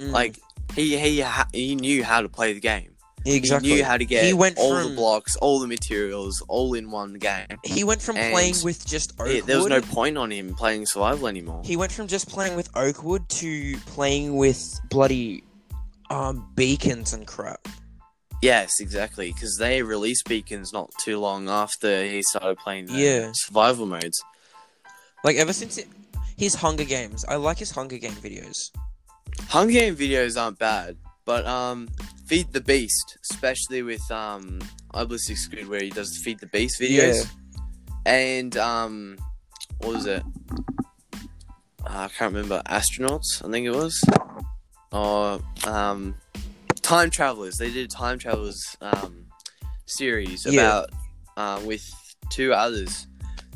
Speaker 2: Mm,
Speaker 1: Like he he ha- he knew how to play the game.
Speaker 2: exactly.
Speaker 1: He knew how to get
Speaker 2: He went
Speaker 1: all
Speaker 2: from-
Speaker 1: the blocks, all the materials, all in one game.
Speaker 2: he went from
Speaker 1: and
Speaker 2: playing with just oak
Speaker 1: It- there was no
Speaker 2: wood-
Speaker 1: point on him playing survival anymore.
Speaker 2: He went from just playing with Oakwood to playing with bloody um beacons and crap.
Speaker 1: Yes, exactly, because they released beacons not too long after he started playing the
Speaker 2: Yeah.
Speaker 1: survival modes.
Speaker 2: Like ever since it, his Hunger Games. I like his Hunger Game videos.
Speaker 1: Hunger Game videos aren't bad, but um, Feed the Beast, especially with um, Obelisk Squid, where he does the Feed the Beast videos, and um, what was it? Uh, I can't remember. Astronauts, I think it was, or um, Time Travelers. They did a Time Travelers um, series
Speaker 2: Yeah.
Speaker 1: about uh, with two others.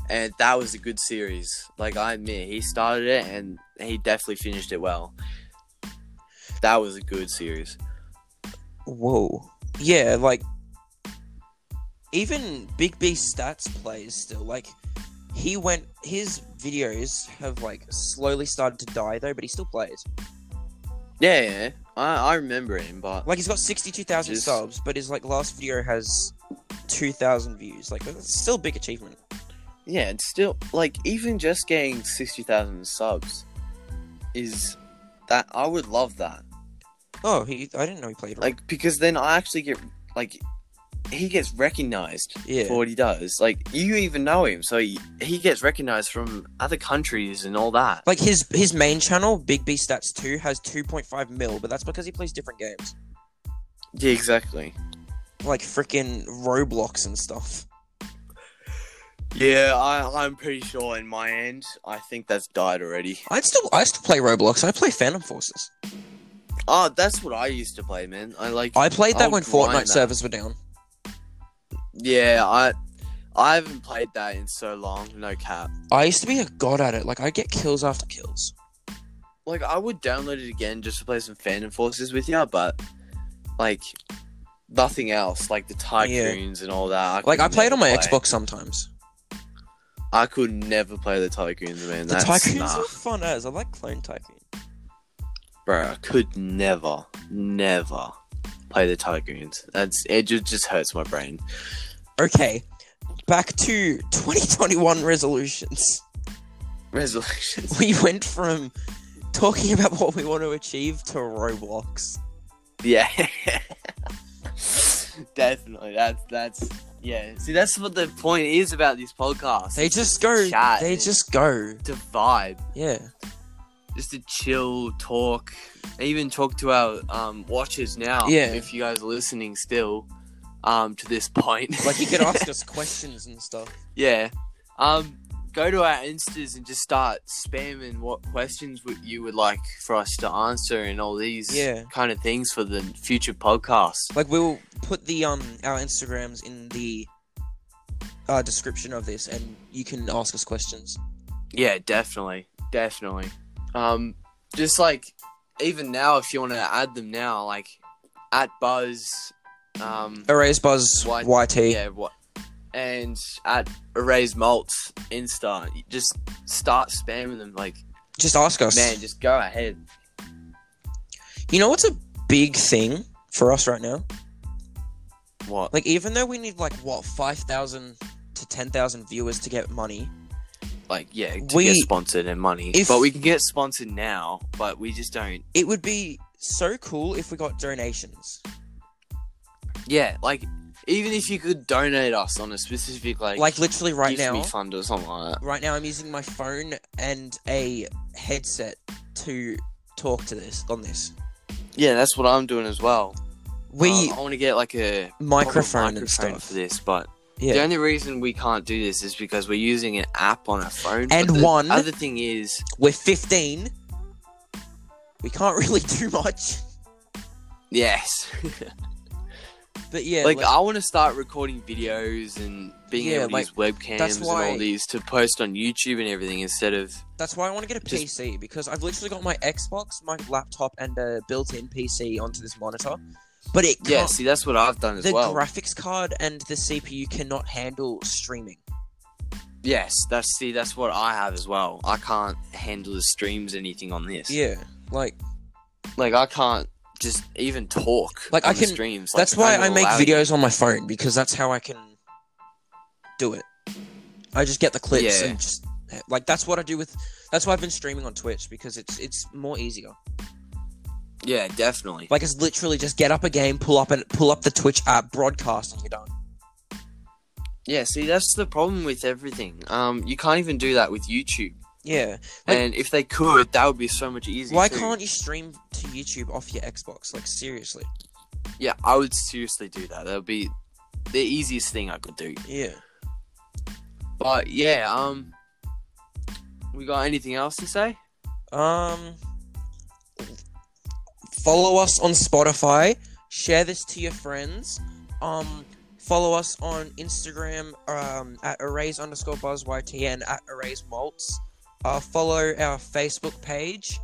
Speaker 1: And that was a good series. Like I admit, he started it and he definitely finished it well. That was a good series.
Speaker 2: Whoa. Yeah, like even Big B stats plays still like he went his videos have like slowly started to die though, but he still plays.
Speaker 1: Yeah, yeah. I, I remember him, but
Speaker 2: Like he's got 62,000
Speaker 1: Just-
Speaker 2: subs, but his like last video has 2,000 views. Like that's still a big achievement.
Speaker 1: yeah, it's still like even just getting sixty thousand subs is that I would love that.
Speaker 2: Oh, he I didn't know he played.
Speaker 1: Like because then I actually get like he gets recognized
Speaker 2: yeah.
Speaker 1: for what he does. Like you even know him, so he, he gets recognized from other countries and all that.
Speaker 2: Like his his main channel, Big B Stats Two, has two point five mil, but that's because he plays different games,
Speaker 1: Yeah, exactly.
Speaker 2: like freaking Roblox and stuff.
Speaker 1: Yeah, I, I'm pretty sure in my end, I think that's died already.
Speaker 2: I'd still I still play Roblox. I play Phantom Forces.
Speaker 1: Oh, that's what I used to play, man. I like.
Speaker 2: I played that
Speaker 1: I'll
Speaker 2: when
Speaker 1: grind
Speaker 2: Fortnite
Speaker 1: that.
Speaker 2: servers were down.
Speaker 1: Yeah, I, I haven't played that in so long. No cap.
Speaker 2: I used to be a god at it. Like I get kills after kills.
Speaker 1: Like I would download it again just to play some Phantom Forces with you, but like nothing else, like the tycoons and all that.
Speaker 2: Like I
Speaker 1: could
Speaker 2: play it on my
Speaker 1: never play.
Speaker 2: Xbox sometimes.
Speaker 1: I could never play the tycoons, man.
Speaker 2: The
Speaker 1: That's
Speaker 2: tycoons
Speaker 1: nah.
Speaker 2: were fun as I like Clone Tycoon.
Speaker 1: bro. I could never, never play the tycoons. That's it. Just, just hurts my brain.
Speaker 2: Okay, back to 2021 resolutions.
Speaker 1: Resolutions.
Speaker 2: we went from talking about what we want to achieve to Roblox.
Speaker 1: Yeah. Definitely. That's that's yeah. See that's what the point is about these podcasts.
Speaker 2: They just go.
Speaker 1: Chat
Speaker 2: They
Speaker 1: is-
Speaker 2: just go.
Speaker 1: to vibe.
Speaker 2: Yeah.
Speaker 1: Just to chill, talk. Even talk to our um watchers now.
Speaker 2: Yeah.
Speaker 1: If you guys are listening still, um, to this point.
Speaker 2: Like you could ask us questions and stuff.
Speaker 1: Yeah. Um go to our instas and just start spamming what questions would you would like for us to answer and all these
Speaker 2: Yeah.
Speaker 1: kind of things for the future podcasts.
Speaker 2: Like we'll put the um our Instagrams in the uh, description of this, and you can ask us questions.
Speaker 1: Yeah, definitely, definitely. Um, just like even now, if you want to add them now, like at Buzz, um,
Speaker 2: Erase Buzz
Speaker 1: Why-
Speaker 2: YT.
Speaker 1: yeah, what, and at Erase Malts Insta, just start spamming them. Like
Speaker 2: Just ask us.
Speaker 1: man, just go ahead.
Speaker 2: You know what's a big thing for us right now?
Speaker 1: What?
Speaker 2: Like even though we need like what five thousand to ten thousand viewers to get money,
Speaker 1: Like yeah, to
Speaker 2: We-
Speaker 1: get sponsored and money,
Speaker 2: if-
Speaker 1: but we can get sponsored now, but we just don't.
Speaker 2: it would be so cool if we got donations.
Speaker 1: Yeah, like even if you could donate us on a specific like
Speaker 2: like literally right
Speaker 1: Gives Me
Speaker 2: now
Speaker 1: fund or something like that.
Speaker 2: right now i'm using my phone and a headset to talk to this on this
Speaker 1: Yeah, that's what I'm doing as well.
Speaker 2: we
Speaker 1: Um, I want to get like a
Speaker 2: microphone,
Speaker 1: proper
Speaker 2: and
Speaker 1: microphone
Speaker 2: stuff
Speaker 1: for this, but
Speaker 2: yeah
Speaker 1: the only reason we can't do this is because we're using an app on our phone. but
Speaker 2: And
Speaker 1: the
Speaker 2: one-
Speaker 1: other thing is,
Speaker 2: we're 15 we can't really do much
Speaker 1: yes,
Speaker 2: But yeah,
Speaker 1: like, I want to start recording videos and being
Speaker 2: Yeah,
Speaker 1: able to use webcams and
Speaker 2: why-
Speaker 1: all these to post on YouTube and everything instead of
Speaker 2: That's why I want to get a
Speaker 1: Just-
Speaker 2: PC because I've literally got my Xbox, my laptop, and a built-in PC onto this monitor. But it
Speaker 1: yeah.
Speaker 2: can't,
Speaker 1: See, that's what I've done as
Speaker 2: the
Speaker 1: well.
Speaker 2: graphics card and the CPU cannot handle streaming.
Speaker 1: yes, that's see, that's what I have as well. I can't handle the streams anything on this.
Speaker 2: Yeah, like
Speaker 1: like I can't just even talk.
Speaker 2: Like,
Speaker 1: on
Speaker 2: I
Speaker 1: the
Speaker 2: can-
Speaker 1: streams.
Speaker 2: that's
Speaker 1: Like,
Speaker 2: why
Speaker 1: I'm
Speaker 2: I make
Speaker 1: allowed-
Speaker 2: videos on my phone because that's how I can do it. I just get the clips
Speaker 1: Yeah.
Speaker 2: and just like that's what I do with. That's why I've been streaming on Twitch because it's it's more easier.
Speaker 1: Yeah, definitely.
Speaker 2: Like it's literally just get up a game, pull up and pull up the Twitch app, broadcast, and you're done.
Speaker 1: Yeah, see, that's the problem with everything. Um, you can't even do that with YouTube.
Speaker 2: Yeah. Like-
Speaker 1: and if they could, that would be so much easier.
Speaker 2: Why
Speaker 1: too.
Speaker 2: can't you stream to YouTube off your Xbox? Like seriously.
Speaker 1: Yeah, I would seriously do that. That would be the easiest thing I could do.
Speaker 2: Yeah.
Speaker 1: But yeah, um, we got anything else to say?
Speaker 2: Um follow us on Spotify, share this to your friends. Um follow us on Instagram um at arrays underscore buzzYT and at arrays malts. Uh follow our Facebook page.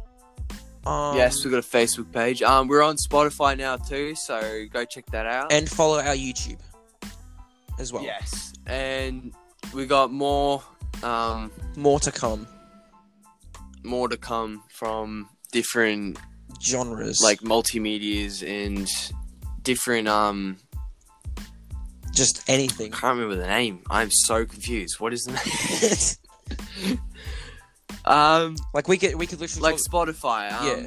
Speaker 2: Um
Speaker 1: yes, we got a Facebook page. Um, we're on Spotify now too, so go check that out.
Speaker 2: and follow our YouTube as well.
Speaker 1: yes, and we got more, um,
Speaker 2: More to come.
Speaker 1: more to come from different
Speaker 2: Genres.
Speaker 1: like multimedias and different um
Speaker 2: just anything.
Speaker 1: I can't remember the name. I'm so confused. What is the name? um
Speaker 2: like we could we could literally
Speaker 1: like
Speaker 2: talk-
Speaker 1: Spotify. Um,
Speaker 2: yeah.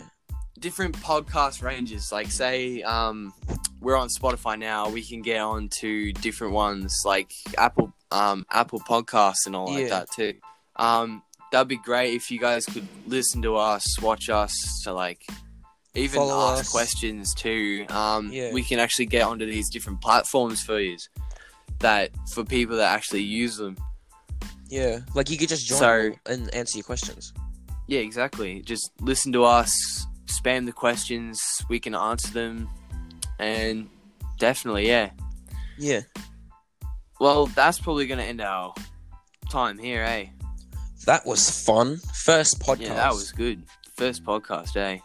Speaker 1: Different podcast ranges. Like say um we're on Spotify now, we can get on to different ones like Apple um Apple Podcasts and all
Speaker 2: Yeah.
Speaker 1: like that too. Um that'd be great if you guys could listen to us, watch us, to like even
Speaker 2: Follow
Speaker 1: ask
Speaker 2: us.
Speaker 1: questions too. Um,
Speaker 2: Yeah.
Speaker 1: We can actually get onto these different platforms for you that for people that actually use them.
Speaker 2: Yeah, like you could just join
Speaker 1: So-
Speaker 2: and answer your questions.
Speaker 1: Yeah, exactly. Just listen to us, spam the questions, we can answer them, and definitely, yeah.
Speaker 2: Yeah,
Speaker 1: Well, that's probably going to end our time here, eh?
Speaker 2: that was fun. First podcast.
Speaker 1: Yeah, that was good. First podcast, eh?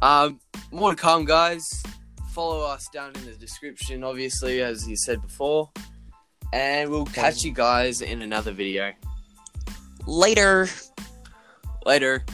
Speaker 1: Um, more to come, guys. Follow us down in the description, obviously, as you said before. And we'll catch you guys in another video.
Speaker 2: later.
Speaker 1: Later.